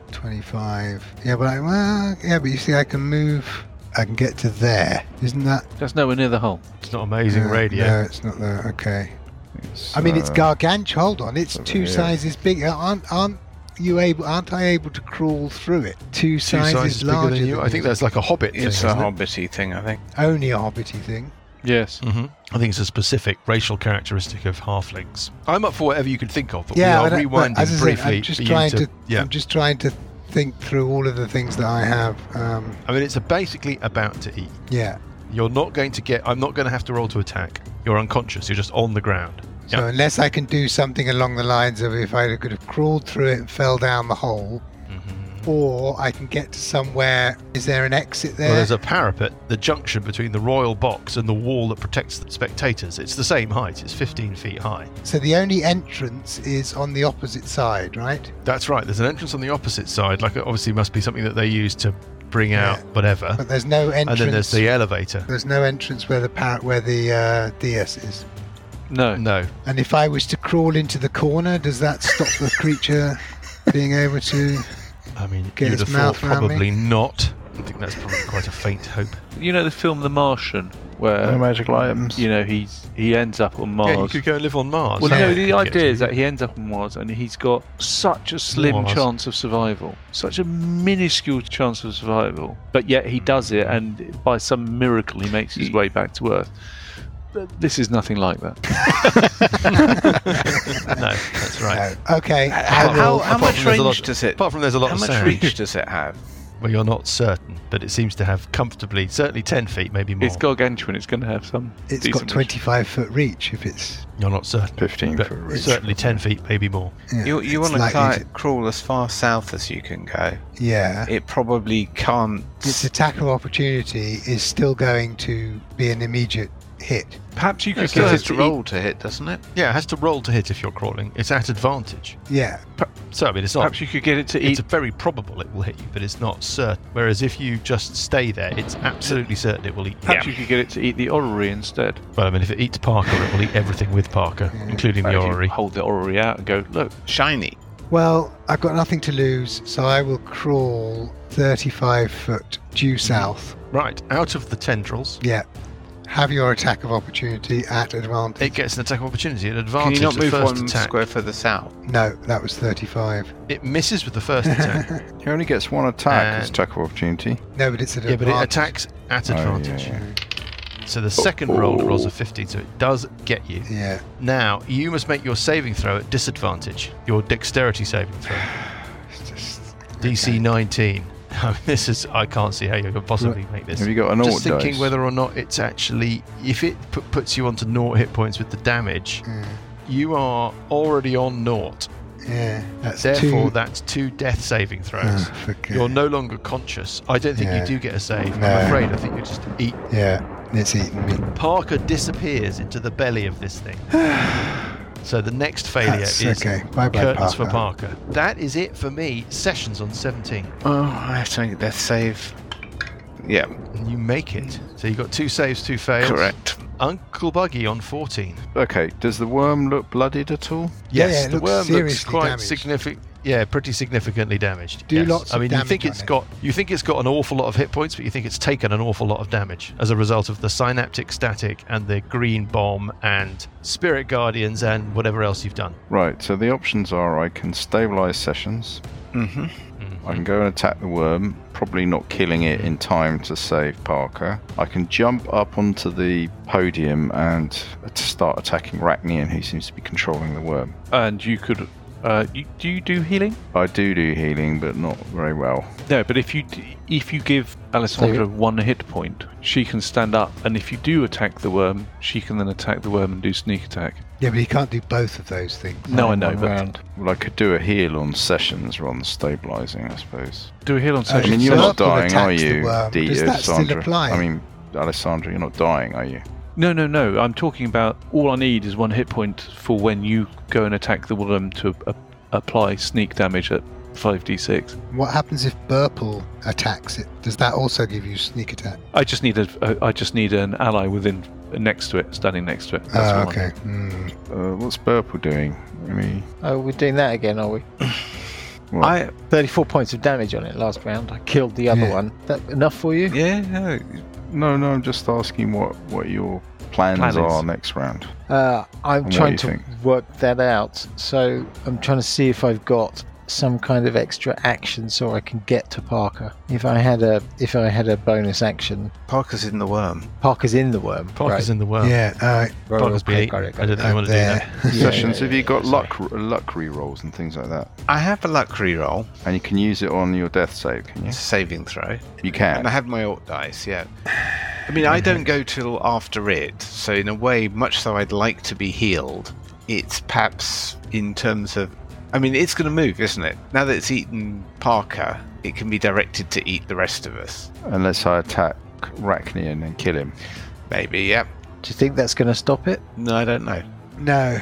[SPEAKER 5] 25. Yeah, but I, well, yeah, but you see, I can move. I can get to there. Isn't that
[SPEAKER 6] That's nowhere near the hole.
[SPEAKER 1] It's not amazing
[SPEAKER 5] uh,
[SPEAKER 1] radio.
[SPEAKER 5] No, it's not there. Okay.
[SPEAKER 4] It's,
[SPEAKER 5] I mean, it's
[SPEAKER 4] uh,
[SPEAKER 5] gargantuan. Hold on, it's
[SPEAKER 4] over
[SPEAKER 5] two
[SPEAKER 4] here.
[SPEAKER 5] sizes bigger. Aren't aren't you able? Aren't I able to crawl through it? Two,
[SPEAKER 1] Two
[SPEAKER 5] sizes,
[SPEAKER 1] sizes, bigger
[SPEAKER 5] larger.
[SPEAKER 1] than you. I think that's like a hobbit thing.
[SPEAKER 7] It's a
[SPEAKER 1] isn't it?
[SPEAKER 7] hobbity thing, I think.
[SPEAKER 5] only a hobbity thing.
[SPEAKER 6] Yes.
[SPEAKER 1] hmm I think it's a specific racial characteristic of halflings. I'm up for whatever you can think of, but we
[SPEAKER 5] yeah, I
[SPEAKER 1] are
[SPEAKER 5] don't- but uh,
[SPEAKER 1] rewinding
[SPEAKER 5] as I said,
[SPEAKER 1] briefly.
[SPEAKER 5] I'm just
[SPEAKER 1] for you
[SPEAKER 5] trying to.
[SPEAKER 1] yeah.
[SPEAKER 5] I'm just trying to think through all of the things that I have. Um,
[SPEAKER 1] I mean, it's basically about to eat.
[SPEAKER 5] yeah.
[SPEAKER 1] You're not going to get. I'm not going to have to roll to attack. You're unconscious. You're just on the ground.
[SPEAKER 5] So
[SPEAKER 1] Yeah.
[SPEAKER 5] unless I can do something along the lines of if I could have crawled through it and fell down the hole,
[SPEAKER 1] Mm-hmm.
[SPEAKER 5] or I can get to somewhere. Is there an exit there?
[SPEAKER 1] Well, there's a parapet, the junction between the royal box and the wall that protects the spectators. It's the same height. It's 15 feet high.
[SPEAKER 5] so the only entrance is on the opposite side, right?
[SPEAKER 1] That's right. There's an entrance on the opposite side. Like, it obviously, must be something that they use to bring
[SPEAKER 5] Yeah.
[SPEAKER 1] out whatever.
[SPEAKER 5] But there's no
[SPEAKER 1] And
[SPEAKER 5] entrance.
[SPEAKER 1] then there's the elevator.
[SPEAKER 5] there's no entrance where the par- where the uh, DS is.
[SPEAKER 6] No.
[SPEAKER 4] Mm.
[SPEAKER 1] No,
[SPEAKER 5] And if I was to crawl into the corner, does that stop the creature being able to?
[SPEAKER 1] I mean,
[SPEAKER 5] Get
[SPEAKER 1] you'd
[SPEAKER 5] his
[SPEAKER 1] have thought
[SPEAKER 5] mouth round me.
[SPEAKER 1] probably not. I think that's probably quite a faint hope.
[SPEAKER 6] You know the film The Martian, where
[SPEAKER 4] no magical items.
[SPEAKER 6] you know he's he ends up on Mars.
[SPEAKER 1] Yeah, you could go and live on Mars.
[SPEAKER 6] Well,
[SPEAKER 1] Yeah.
[SPEAKER 6] no, the
[SPEAKER 1] Yeah.
[SPEAKER 6] idea is that he ends up on Mars and he's got such a slim
[SPEAKER 1] Mars.
[SPEAKER 6] chance of survival, such a minuscule chance of survival, but yet he does it, and by some miracle, he makes his way back to Earth. But this is nothing like that.
[SPEAKER 1] no, that's right.
[SPEAKER 5] No. Okay.
[SPEAKER 7] How,
[SPEAKER 1] Apart from-
[SPEAKER 7] how,
[SPEAKER 1] apart
[SPEAKER 7] how
[SPEAKER 1] from
[SPEAKER 7] much
[SPEAKER 1] there's
[SPEAKER 7] range
[SPEAKER 1] a lot-
[SPEAKER 7] does it?
[SPEAKER 1] Apart from there's a lot
[SPEAKER 7] How
[SPEAKER 1] of
[SPEAKER 7] much
[SPEAKER 1] sound.
[SPEAKER 7] reach does it have?
[SPEAKER 1] Well, you're not certain, but it seems to have comfortably, certainly 10 feet, maybe more.
[SPEAKER 6] It's gargantuan. It's going to have some.
[SPEAKER 5] It's
[SPEAKER 6] decent
[SPEAKER 5] got
[SPEAKER 6] reach.
[SPEAKER 5] 25 foot reach if it's.
[SPEAKER 1] You're not certain.
[SPEAKER 4] 15
[SPEAKER 1] but
[SPEAKER 4] for reach.
[SPEAKER 1] Certainly 10 feet, maybe more.
[SPEAKER 5] Yeah,
[SPEAKER 7] You, you
[SPEAKER 5] it's
[SPEAKER 7] want to
[SPEAKER 5] likely
[SPEAKER 7] crawl as far south as you can go.
[SPEAKER 5] to- Yeah.
[SPEAKER 7] It probably can't.
[SPEAKER 5] Its attack of opportunity is still going to be an immediate hit.
[SPEAKER 6] Perhaps you could
[SPEAKER 7] It
[SPEAKER 6] get
[SPEAKER 7] still
[SPEAKER 6] us
[SPEAKER 7] has
[SPEAKER 6] to
[SPEAKER 7] to
[SPEAKER 6] eat
[SPEAKER 7] roll to hit, doesn't it?
[SPEAKER 1] Yeah, it has to roll to hit if you're crawling. It's at advantage.
[SPEAKER 5] Yeah.
[SPEAKER 1] So, I mean, it's not.
[SPEAKER 6] Perhaps you could get it to eat.
[SPEAKER 1] it's very probable it will hit you, but it's not certain. Whereas if you just stay there, it's absolutely certain it will eat you.
[SPEAKER 6] Perhaps you could get it to eat the orrery instead.
[SPEAKER 1] Well, I mean, if it eats Parker, it will eat everything with Parker,
[SPEAKER 5] Mm.
[SPEAKER 1] including the
[SPEAKER 6] If you
[SPEAKER 1] orrery.
[SPEAKER 6] Hold the orrery out and go. Look,
[SPEAKER 7] Shiny.
[SPEAKER 5] Well, I've got nothing to lose, so I will crawl 35 foot due south.
[SPEAKER 1] Right, out of the tendrils,
[SPEAKER 5] Yeah. Have your attack of opportunity at advantage.
[SPEAKER 1] it gets an attack of opportunity, an
[SPEAKER 7] Can
[SPEAKER 1] advantage.
[SPEAKER 7] you not
[SPEAKER 1] the
[SPEAKER 7] move
[SPEAKER 1] first
[SPEAKER 7] one
[SPEAKER 1] attack.
[SPEAKER 7] square further south?
[SPEAKER 5] No, that was 35.
[SPEAKER 1] It misses with the first attack.
[SPEAKER 4] He only gets one attack. It's
[SPEAKER 7] Uh,
[SPEAKER 1] And-
[SPEAKER 4] attack of opportunity.
[SPEAKER 5] No, but it's an
[SPEAKER 1] yeah, but it
[SPEAKER 5] advantage.
[SPEAKER 1] attacks at
[SPEAKER 4] Oh, yeah, Oh.
[SPEAKER 1] advantage. So the second roll rolls a 15, so it does get you.
[SPEAKER 5] Yeah.
[SPEAKER 1] Now, you must make your saving throw at disadvantage, your dexterity saving throw.
[SPEAKER 5] It's just,
[SPEAKER 1] DC 19. I mean, this is, I can't see how you could possibly make this.
[SPEAKER 4] Have you got an
[SPEAKER 1] Just
[SPEAKER 4] orc
[SPEAKER 1] thinking
[SPEAKER 4] dice?
[SPEAKER 1] whether or not it's actually, if it pu- puts you onto naught hit points with the damage,
[SPEAKER 4] Mm.
[SPEAKER 1] you are already on naught.
[SPEAKER 5] yeah. That's
[SPEAKER 1] Therefore,
[SPEAKER 5] two.
[SPEAKER 1] that's two death saving throws.
[SPEAKER 5] Oh, forget.
[SPEAKER 1] You're no longer conscious. I don't think
[SPEAKER 5] Yeah.
[SPEAKER 1] you do get a save.
[SPEAKER 5] No.
[SPEAKER 1] I'm afraid. I think you just eat.
[SPEAKER 5] Yeah. It's eating me.
[SPEAKER 1] Parker disappears into the belly of this thing. so the next failure
[SPEAKER 5] That's
[SPEAKER 1] is
[SPEAKER 5] okay. Bye bye,
[SPEAKER 1] curtains for
[SPEAKER 5] Parker.
[SPEAKER 1] Parker. That is it for me. Sessions on 17.
[SPEAKER 7] Oh, I have to make a death save. Yeah,
[SPEAKER 1] And you make it. So you got two saves, two fails.
[SPEAKER 7] correct.
[SPEAKER 1] Uncle Buggy on 14.
[SPEAKER 4] Okay, does the worm look bloodied at all?
[SPEAKER 5] Yeah, yeah, it
[SPEAKER 1] the
[SPEAKER 5] looks
[SPEAKER 1] worm looks
[SPEAKER 5] seriously
[SPEAKER 1] quite
[SPEAKER 5] damaged.
[SPEAKER 1] significant. Yeah, pretty significantly damaged.
[SPEAKER 5] Do
[SPEAKER 1] yes.
[SPEAKER 5] lots
[SPEAKER 1] I
[SPEAKER 5] of
[SPEAKER 1] mean, you
[SPEAKER 5] damage
[SPEAKER 1] think
[SPEAKER 5] on
[SPEAKER 1] it's
[SPEAKER 5] it.
[SPEAKER 1] got you think it's got an awful lot of hit points, but you think it's taken an awful lot of damage as a result of the synaptic static and the green bomb and spirit guardians and whatever else you've done.
[SPEAKER 4] Right, so the options are I can stabilize sessions, Mm-hmm.
[SPEAKER 7] hmm
[SPEAKER 4] I can go and attack the worm, probably not killing it in time to save Parker. I can jump up onto the podium and start attacking Rachnian, who seems to be controlling the worm.
[SPEAKER 6] and you could. Uh, you, do you do healing?
[SPEAKER 4] I do do healing, but not very well.
[SPEAKER 6] No, but if you d- if you give Alessandra one hit point, she can stand up, and if you do attack the worm, she can then attack the worm and do sneak attack.
[SPEAKER 5] Yeah, but he can't do both of those things.
[SPEAKER 6] No, I know, but
[SPEAKER 4] Well, I could do a heal on sessions rather than stabilizing, I suppose.
[SPEAKER 6] do a heal on
[SPEAKER 4] I
[SPEAKER 6] session.
[SPEAKER 4] mean, you're
[SPEAKER 5] so
[SPEAKER 4] not
[SPEAKER 5] Purple
[SPEAKER 4] dying, are
[SPEAKER 5] attacks the
[SPEAKER 4] you,
[SPEAKER 5] worm.
[SPEAKER 4] D-
[SPEAKER 5] Does that still
[SPEAKER 4] Alessandra?
[SPEAKER 5] apply?
[SPEAKER 4] I mean, Alessandra, you're not dying, are you?
[SPEAKER 6] No, no, no. I'm talking about all I need is one hit point for when you go and attack the worm to a apply sneak damage at 5d6.
[SPEAKER 5] What happens if Burple attacks it? Does that also give you sneak attack?
[SPEAKER 6] I just need a, a I just need an ally within next to it, standing next to it. That's
[SPEAKER 5] Ah,
[SPEAKER 6] all I
[SPEAKER 5] okay. Hmm.
[SPEAKER 6] need.
[SPEAKER 4] Uh, what's Burple doing? I mean,
[SPEAKER 8] Oh, we're doing that again, are we?
[SPEAKER 4] well,
[SPEAKER 7] I
[SPEAKER 8] 34 points of damage on it last round. I killed the other
[SPEAKER 5] Yeah.
[SPEAKER 8] one. That enough for you?
[SPEAKER 7] yeah. No,
[SPEAKER 4] no, no, I'm just asking what what your plans
[SPEAKER 6] Plan is-
[SPEAKER 4] are next round.
[SPEAKER 8] Uh, I'm
[SPEAKER 4] What do
[SPEAKER 8] trying
[SPEAKER 4] you
[SPEAKER 8] to
[SPEAKER 4] think?
[SPEAKER 8] work that out. So I'm trying to see if I've got some kind of extra action so I can get to Parker. If I had a if I had a bonus action,
[SPEAKER 7] Parker's in the worm.
[SPEAKER 8] Parker's in the worm.
[SPEAKER 1] Parker's in the worm.
[SPEAKER 5] Yeah, uh,
[SPEAKER 8] Right.
[SPEAKER 1] Parker's been
[SPEAKER 8] Okay,
[SPEAKER 1] eaten.
[SPEAKER 8] got it, got
[SPEAKER 1] I
[SPEAKER 8] it.
[SPEAKER 1] don't think you
[SPEAKER 5] I'm
[SPEAKER 1] want to do
[SPEAKER 5] there.
[SPEAKER 1] that.
[SPEAKER 8] Yeah,
[SPEAKER 4] Sessions,
[SPEAKER 8] yeah,
[SPEAKER 4] have you got luck luck rerolls and things like that?
[SPEAKER 7] I have a luck reroll.
[SPEAKER 4] And you can use it on your death save, can you?
[SPEAKER 7] It's a saving throw.
[SPEAKER 4] You
[SPEAKER 7] And I
[SPEAKER 4] can.
[SPEAKER 7] have my alt dice, yeah. I mean, I don't go till after it, so in a way, much though I'd like to be healed, it's perhaps in terms of. I mean, it's going to move, isn't it? Now that it's eaten Parker, it can be directed to eat the rest of us.
[SPEAKER 4] Unless I attack Rachnian and kill him.
[SPEAKER 7] Maybe, yeah.
[SPEAKER 8] Do you think that's going to stop it?
[SPEAKER 7] No, I don't know.
[SPEAKER 5] no.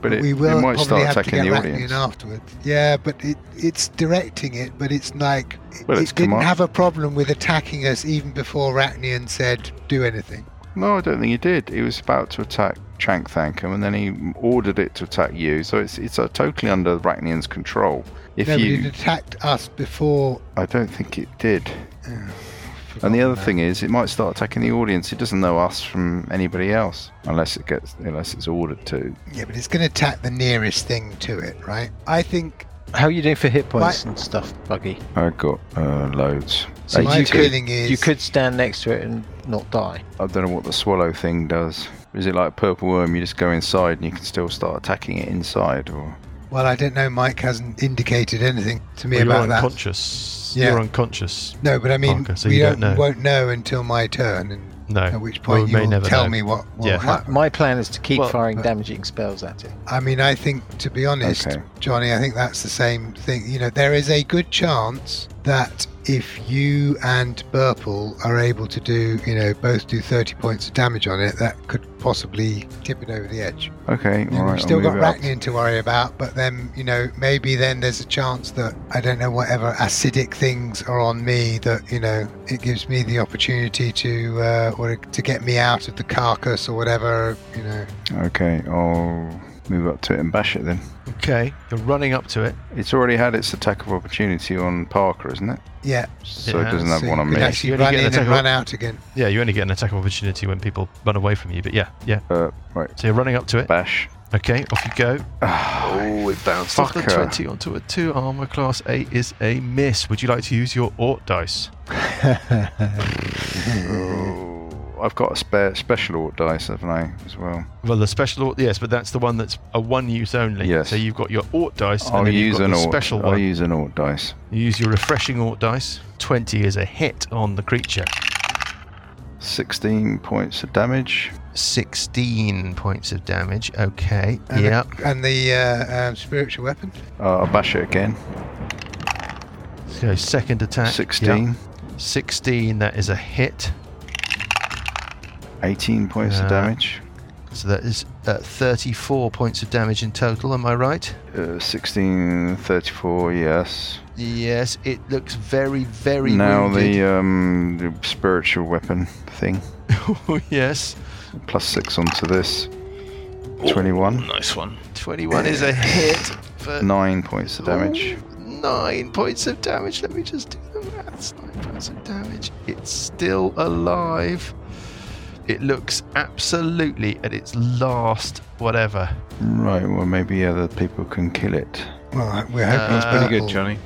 [SPEAKER 4] But it,
[SPEAKER 5] we will
[SPEAKER 4] it might
[SPEAKER 5] probably
[SPEAKER 4] start
[SPEAKER 5] have to
[SPEAKER 4] attacking
[SPEAKER 5] get
[SPEAKER 4] the
[SPEAKER 5] back
[SPEAKER 4] audience.
[SPEAKER 5] in afterwards. Yeah, but it, it's directing it, but it's like it-
[SPEAKER 4] Well,
[SPEAKER 5] it
[SPEAKER 4] it's
[SPEAKER 5] didn't
[SPEAKER 4] command-
[SPEAKER 5] have a problem with attacking us even before Ratnian said do anything.
[SPEAKER 4] No, I don't think he did. He was about to attack Chank Thankum, and then he ordered it to attack you. So it's it's uh, totally under Rachnian's control. If
[SPEAKER 5] no, but
[SPEAKER 4] you,
[SPEAKER 5] it attacked us before.
[SPEAKER 4] I don't think it did. And the other thing is, it might start attacking the audience. It doesn't know us from anybody else, unless it gets unless it's ordered to.
[SPEAKER 5] Yeah, but it's going to attack the nearest thing to it, right? I think
[SPEAKER 8] How are you doing for hit points
[SPEAKER 5] Right.
[SPEAKER 8] and stuff, Buggy?
[SPEAKER 4] I got uh, loads.
[SPEAKER 8] So
[SPEAKER 4] Uh,
[SPEAKER 5] my
[SPEAKER 8] you could-
[SPEAKER 5] feeling is
[SPEAKER 8] You could stand next to it and not die.
[SPEAKER 4] I don't know what the swallow thing does. Is it like purple worm? You just go inside and you can still start attacking it inside, or
[SPEAKER 5] Well, I don't know. Mike hasn't indicated anything to me
[SPEAKER 1] Well, you're
[SPEAKER 5] about that.
[SPEAKER 1] unconscious.
[SPEAKER 5] Yeah.
[SPEAKER 1] You're unconscious.
[SPEAKER 5] No, but I mean,
[SPEAKER 1] Parker, so
[SPEAKER 5] we
[SPEAKER 1] you
[SPEAKER 5] don't
[SPEAKER 1] don't know.
[SPEAKER 5] won't know until my turn, and
[SPEAKER 1] No.
[SPEAKER 5] at which
[SPEAKER 1] Well,
[SPEAKER 5] point
[SPEAKER 1] we may
[SPEAKER 5] you'll
[SPEAKER 1] never
[SPEAKER 5] tell
[SPEAKER 1] know.
[SPEAKER 5] me what will
[SPEAKER 1] Yeah.
[SPEAKER 8] My,
[SPEAKER 5] happen.
[SPEAKER 8] my plan is to keep
[SPEAKER 1] Well,
[SPEAKER 8] firing
[SPEAKER 5] but-
[SPEAKER 8] damaging spells at it.
[SPEAKER 5] I mean, I think, to be honest,
[SPEAKER 4] Okay.
[SPEAKER 5] Johnny, I think that's the same thing. You know, there is a good chance that if you and Burple are able to do, you know, both do 30 points of damage on it, that could possibly tip it over the edge.
[SPEAKER 4] okay,
[SPEAKER 5] You know,
[SPEAKER 4] all right.
[SPEAKER 5] we've still
[SPEAKER 4] I'll
[SPEAKER 5] got
[SPEAKER 4] move it up.
[SPEAKER 5] Rachnian to worry about, but then, you know, maybe then there's a chance that, I don't know, whatever acidic things are on me that, you know, it gives me the opportunity to, uh, or to get me out of the carcass or whatever, you know.
[SPEAKER 4] Okay, I'll move up to it and bash it then.
[SPEAKER 1] Okay. You're running up to it.
[SPEAKER 4] It's already had its attack of opportunity on Parker, isn't it?
[SPEAKER 5] Yeah.
[SPEAKER 4] So
[SPEAKER 1] It
[SPEAKER 4] it doesn't
[SPEAKER 1] has.
[SPEAKER 4] have
[SPEAKER 5] so
[SPEAKER 4] one
[SPEAKER 5] you
[SPEAKER 4] on
[SPEAKER 5] could
[SPEAKER 4] me.
[SPEAKER 5] actually
[SPEAKER 1] You only
[SPEAKER 5] run
[SPEAKER 1] get an
[SPEAKER 5] in and
[SPEAKER 1] attack
[SPEAKER 5] run out again.
[SPEAKER 1] Yeah, you only get an attack of opportunity when people run away from you. But yeah, yeah.
[SPEAKER 4] Uh, right,
[SPEAKER 1] So you're running up to it.
[SPEAKER 4] bash.
[SPEAKER 1] Okay, off you go.
[SPEAKER 4] Oh,
[SPEAKER 1] it bounced off the
[SPEAKER 4] Fucker.
[SPEAKER 1] 20 onto a 2. Armor class 8 is a miss. Would you like to use your Ort dice?
[SPEAKER 4] Oh, I've got a spare special orc dice, haven't I, as well?
[SPEAKER 1] Well, the special Ort, yes, but that's the one that's a one use only.
[SPEAKER 4] Yes.
[SPEAKER 1] So you've got your Ort dice
[SPEAKER 4] I'll
[SPEAKER 1] and Oh, then
[SPEAKER 4] use
[SPEAKER 1] you've got
[SPEAKER 4] an
[SPEAKER 1] the
[SPEAKER 4] orc.
[SPEAKER 1] special
[SPEAKER 4] I'll
[SPEAKER 1] one.
[SPEAKER 4] use an orc dice.
[SPEAKER 1] You use your refreshing Ort dice. 20 is a hit on the creature.
[SPEAKER 4] 16 points of damage.
[SPEAKER 1] 16 points of damage. Okay.
[SPEAKER 5] And
[SPEAKER 1] yeah.
[SPEAKER 5] The, and the uh, um, spiritual weapon?
[SPEAKER 4] Uh, I'll bash it again.
[SPEAKER 1] So second attack.
[SPEAKER 4] 16.
[SPEAKER 1] yeah. 16, that is a hit.
[SPEAKER 4] 18 points
[SPEAKER 1] Uh,
[SPEAKER 4] of damage.
[SPEAKER 1] So that is uh, 34 points of damage in total, am I right?
[SPEAKER 4] Uh, 16, 34, yes.
[SPEAKER 1] Yes, it looks very, very
[SPEAKER 4] now
[SPEAKER 1] wounded.
[SPEAKER 4] the, um, the spiritual weapon thing.
[SPEAKER 1] Oh, yes,
[SPEAKER 4] Plus 6 onto this. 21.
[SPEAKER 6] Nice one.
[SPEAKER 1] 21 is a hit for
[SPEAKER 4] 9 points of damage.
[SPEAKER 1] nine points of damage. Let me just do the maths. Nine points of damage. It's still alive. It looks absolutely at its last whatever.
[SPEAKER 4] Right, well, maybe other people can kill it.
[SPEAKER 5] Well, we're hoping it's
[SPEAKER 1] Uh, Pretty
[SPEAKER 5] purple.
[SPEAKER 7] Johnny.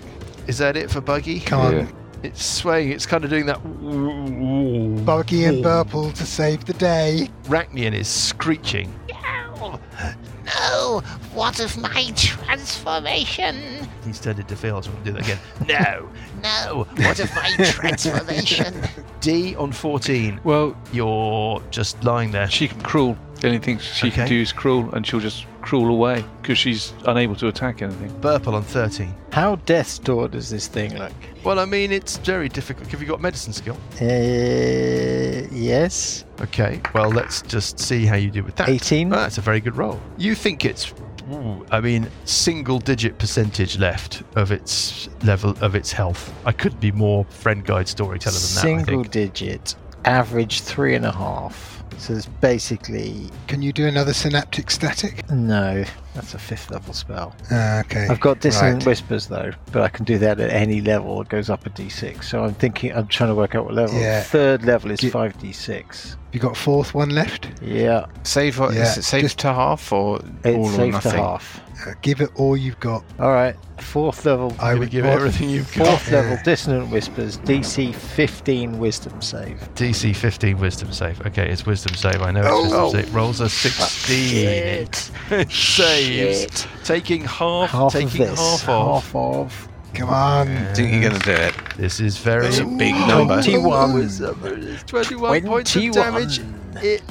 [SPEAKER 1] Is that it for Buggy?
[SPEAKER 5] Come on,
[SPEAKER 4] Yeah.
[SPEAKER 1] It's swaying. It's kind of doing that.
[SPEAKER 5] Buggy and Burple to save the day.
[SPEAKER 1] Rachnian is screeching.
[SPEAKER 9] No! No! What of my transformation?
[SPEAKER 1] He's turned into Phil, so we'll do that again. No!
[SPEAKER 9] No! What of my transformation?
[SPEAKER 1] D on 14.
[SPEAKER 6] Well,
[SPEAKER 1] You're just lying there.
[SPEAKER 6] she can crawl. The only thing she can
[SPEAKER 1] Okay.
[SPEAKER 6] do is crawl, and she'll just crawl away because she's unable to attack anything.
[SPEAKER 1] Burple on 13.
[SPEAKER 8] How death store does this thing look?
[SPEAKER 1] Well, I mean, it's very difficult. Have you got medicine skill?
[SPEAKER 8] Uh, yes.
[SPEAKER 1] Okay, well, let's just see how you do with that.
[SPEAKER 8] 18.
[SPEAKER 1] Well, that's a very good roll. You think it's, ooh, I mean, single digit percentage left of its level of its health. I could be more friend guide storyteller than that, I
[SPEAKER 8] Single
[SPEAKER 1] think.
[SPEAKER 8] digit, average three and a half. So it's basically
[SPEAKER 5] Can you do another synaptic static?
[SPEAKER 8] no. That's a fifth level spell.
[SPEAKER 5] Ah, okay.
[SPEAKER 8] I've got dissonant
[SPEAKER 5] Right.
[SPEAKER 8] whispers though, but I can do that at any level. It goes up a d6. So I'm thinking, I'm trying to work out what level.
[SPEAKER 5] Yeah.
[SPEAKER 8] Third level is
[SPEAKER 5] Do-
[SPEAKER 8] five d6.
[SPEAKER 5] You got fourth one left?
[SPEAKER 8] Yeah,
[SPEAKER 7] Save what?
[SPEAKER 5] Yeah,
[SPEAKER 7] Is it save
[SPEAKER 5] just-
[SPEAKER 7] to half or all
[SPEAKER 8] it's
[SPEAKER 7] or
[SPEAKER 8] safe to
[SPEAKER 7] nothing?
[SPEAKER 8] half.
[SPEAKER 5] Uh, give it all you've got.
[SPEAKER 8] All right, fourth level.
[SPEAKER 5] I
[SPEAKER 1] Gonna
[SPEAKER 5] would
[SPEAKER 1] give it
[SPEAKER 5] want-
[SPEAKER 1] everything you've got.
[SPEAKER 8] Fourth
[SPEAKER 5] Yeah.
[SPEAKER 8] level dissonant whispers, DC 15 wisdom save.
[SPEAKER 1] DC 15 wisdom save. Okay, it's wisdom save. I know it's
[SPEAKER 9] Oh.
[SPEAKER 1] wisdom save. Rolls a 16. It saves. Taking half,
[SPEAKER 8] Half of
[SPEAKER 1] taking
[SPEAKER 8] this.
[SPEAKER 1] half off.
[SPEAKER 8] Half of.
[SPEAKER 5] Come on.
[SPEAKER 7] Think you're gonna do it?
[SPEAKER 1] This is very
[SPEAKER 7] That's a big number.
[SPEAKER 8] 21.
[SPEAKER 1] Wisdom. It's 21 points of damage.
[SPEAKER 8] 21.
[SPEAKER 1] It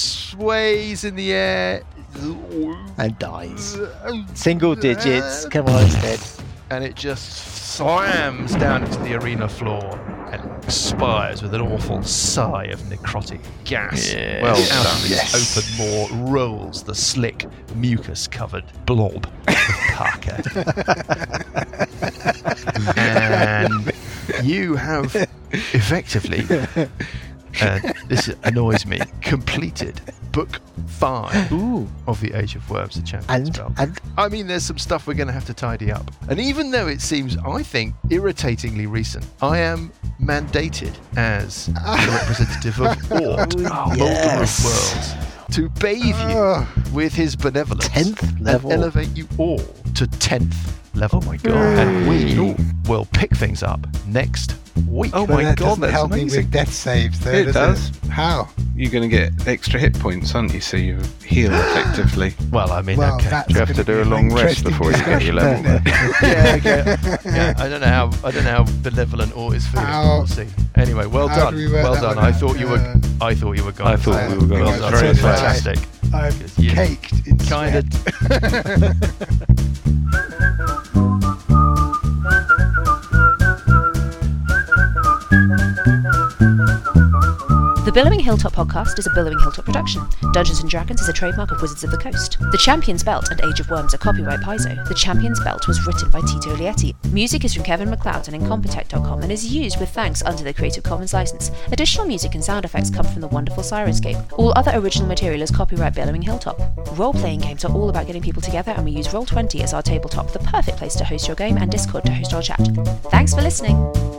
[SPEAKER 1] sways in the air.
[SPEAKER 8] And dies. Single digits. Come on, it's dead.
[SPEAKER 1] And it just slams down into the arena floor and expires with an awful sigh of necrotic gas.
[SPEAKER 7] Yeah.
[SPEAKER 1] Well,
[SPEAKER 7] Well
[SPEAKER 1] out
[SPEAKER 7] done.
[SPEAKER 1] of its open maw rolls the slick, mucus covered blob of Parker. and you have effectively and uh, this annoys me. Completed book five
[SPEAKER 6] Ooh.
[SPEAKER 1] of the Age of Worms, the Champion
[SPEAKER 8] And
[SPEAKER 1] spell.
[SPEAKER 8] and
[SPEAKER 1] I mean, there's some stuff we're going to have to tidy up. And even though it seems, I think, irritatingly recent, I am mandated as the representative of Ort, Molder of Worlds, to bathe
[SPEAKER 5] Ugh.
[SPEAKER 1] you with his benevolence.
[SPEAKER 8] Tenth
[SPEAKER 1] and
[SPEAKER 8] level.
[SPEAKER 1] elevate you all to 10th level. Oh my god. And we will pick things up next week.
[SPEAKER 7] Oh
[SPEAKER 5] But
[SPEAKER 7] my
[SPEAKER 5] that
[SPEAKER 7] god,
[SPEAKER 5] doesn't
[SPEAKER 7] that's
[SPEAKER 5] help me
[SPEAKER 7] amazing.
[SPEAKER 5] with death saves, though.
[SPEAKER 7] It
[SPEAKER 5] does How?
[SPEAKER 7] You're going to get extra hit points, aren't you? So you heal effectively.
[SPEAKER 1] Well, I mean,
[SPEAKER 5] Well,
[SPEAKER 1] okay.
[SPEAKER 5] that's
[SPEAKER 4] You have to
[SPEAKER 5] gonna
[SPEAKER 4] do
[SPEAKER 5] be
[SPEAKER 4] a
[SPEAKER 5] an
[SPEAKER 4] long rest
[SPEAKER 5] interesting
[SPEAKER 4] before you get your
[SPEAKER 5] discussion,
[SPEAKER 4] level.
[SPEAKER 5] isn't it?
[SPEAKER 1] yeah, okay. yeah, I don't know how I don't know how benevolent Or is feeling.
[SPEAKER 5] How-
[SPEAKER 1] We'll see. Anyway, well
[SPEAKER 5] how
[SPEAKER 1] done,
[SPEAKER 5] do we work
[SPEAKER 1] well
[SPEAKER 5] that
[SPEAKER 1] done.
[SPEAKER 5] one
[SPEAKER 1] I
[SPEAKER 5] out?
[SPEAKER 1] thought you were,
[SPEAKER 5] Uh,
[SPEAKER 1] I thought you were gone.
[SPEAKER 6] I thought
[SPEAKER 5] we were gone.
[SPEAKER 1] Well done.
[SPEAKER 5] Very
[SPEAKER 1] Very
[SPEAKER 5] fast.
[SPEAKER 1] fantastic.
[SPEAKER 5] I'm
[SPEAKER 1] Yeah.
[SPEAKER 5] caked in
[SPEAKER 1] Kind
[SPEAKER 5] sweat.
[SPEAKER 1] of.
[SPEAKER 10] The Billowing Hilltop podcast is a Billowing Hilltop production. Dungeons and Dragons is a trademark of Wizards of the Coast. The Champion's Belt and Age of Worms are copyright Paizo. The Champion's Belt was written by Tito Lietti. Music is from Kevin McLeod and Incompetech.com and is used with thanks under the Creative Commons license. Additional music and sound effects come from the wonderful Sirenscape. All other original material is copyright Billowing Hilltop. Role playing games are all about getting people together, and we use Roll20 as our tabletop, the perfect place to host your game, and Discord to host our chat. Thanks for listening!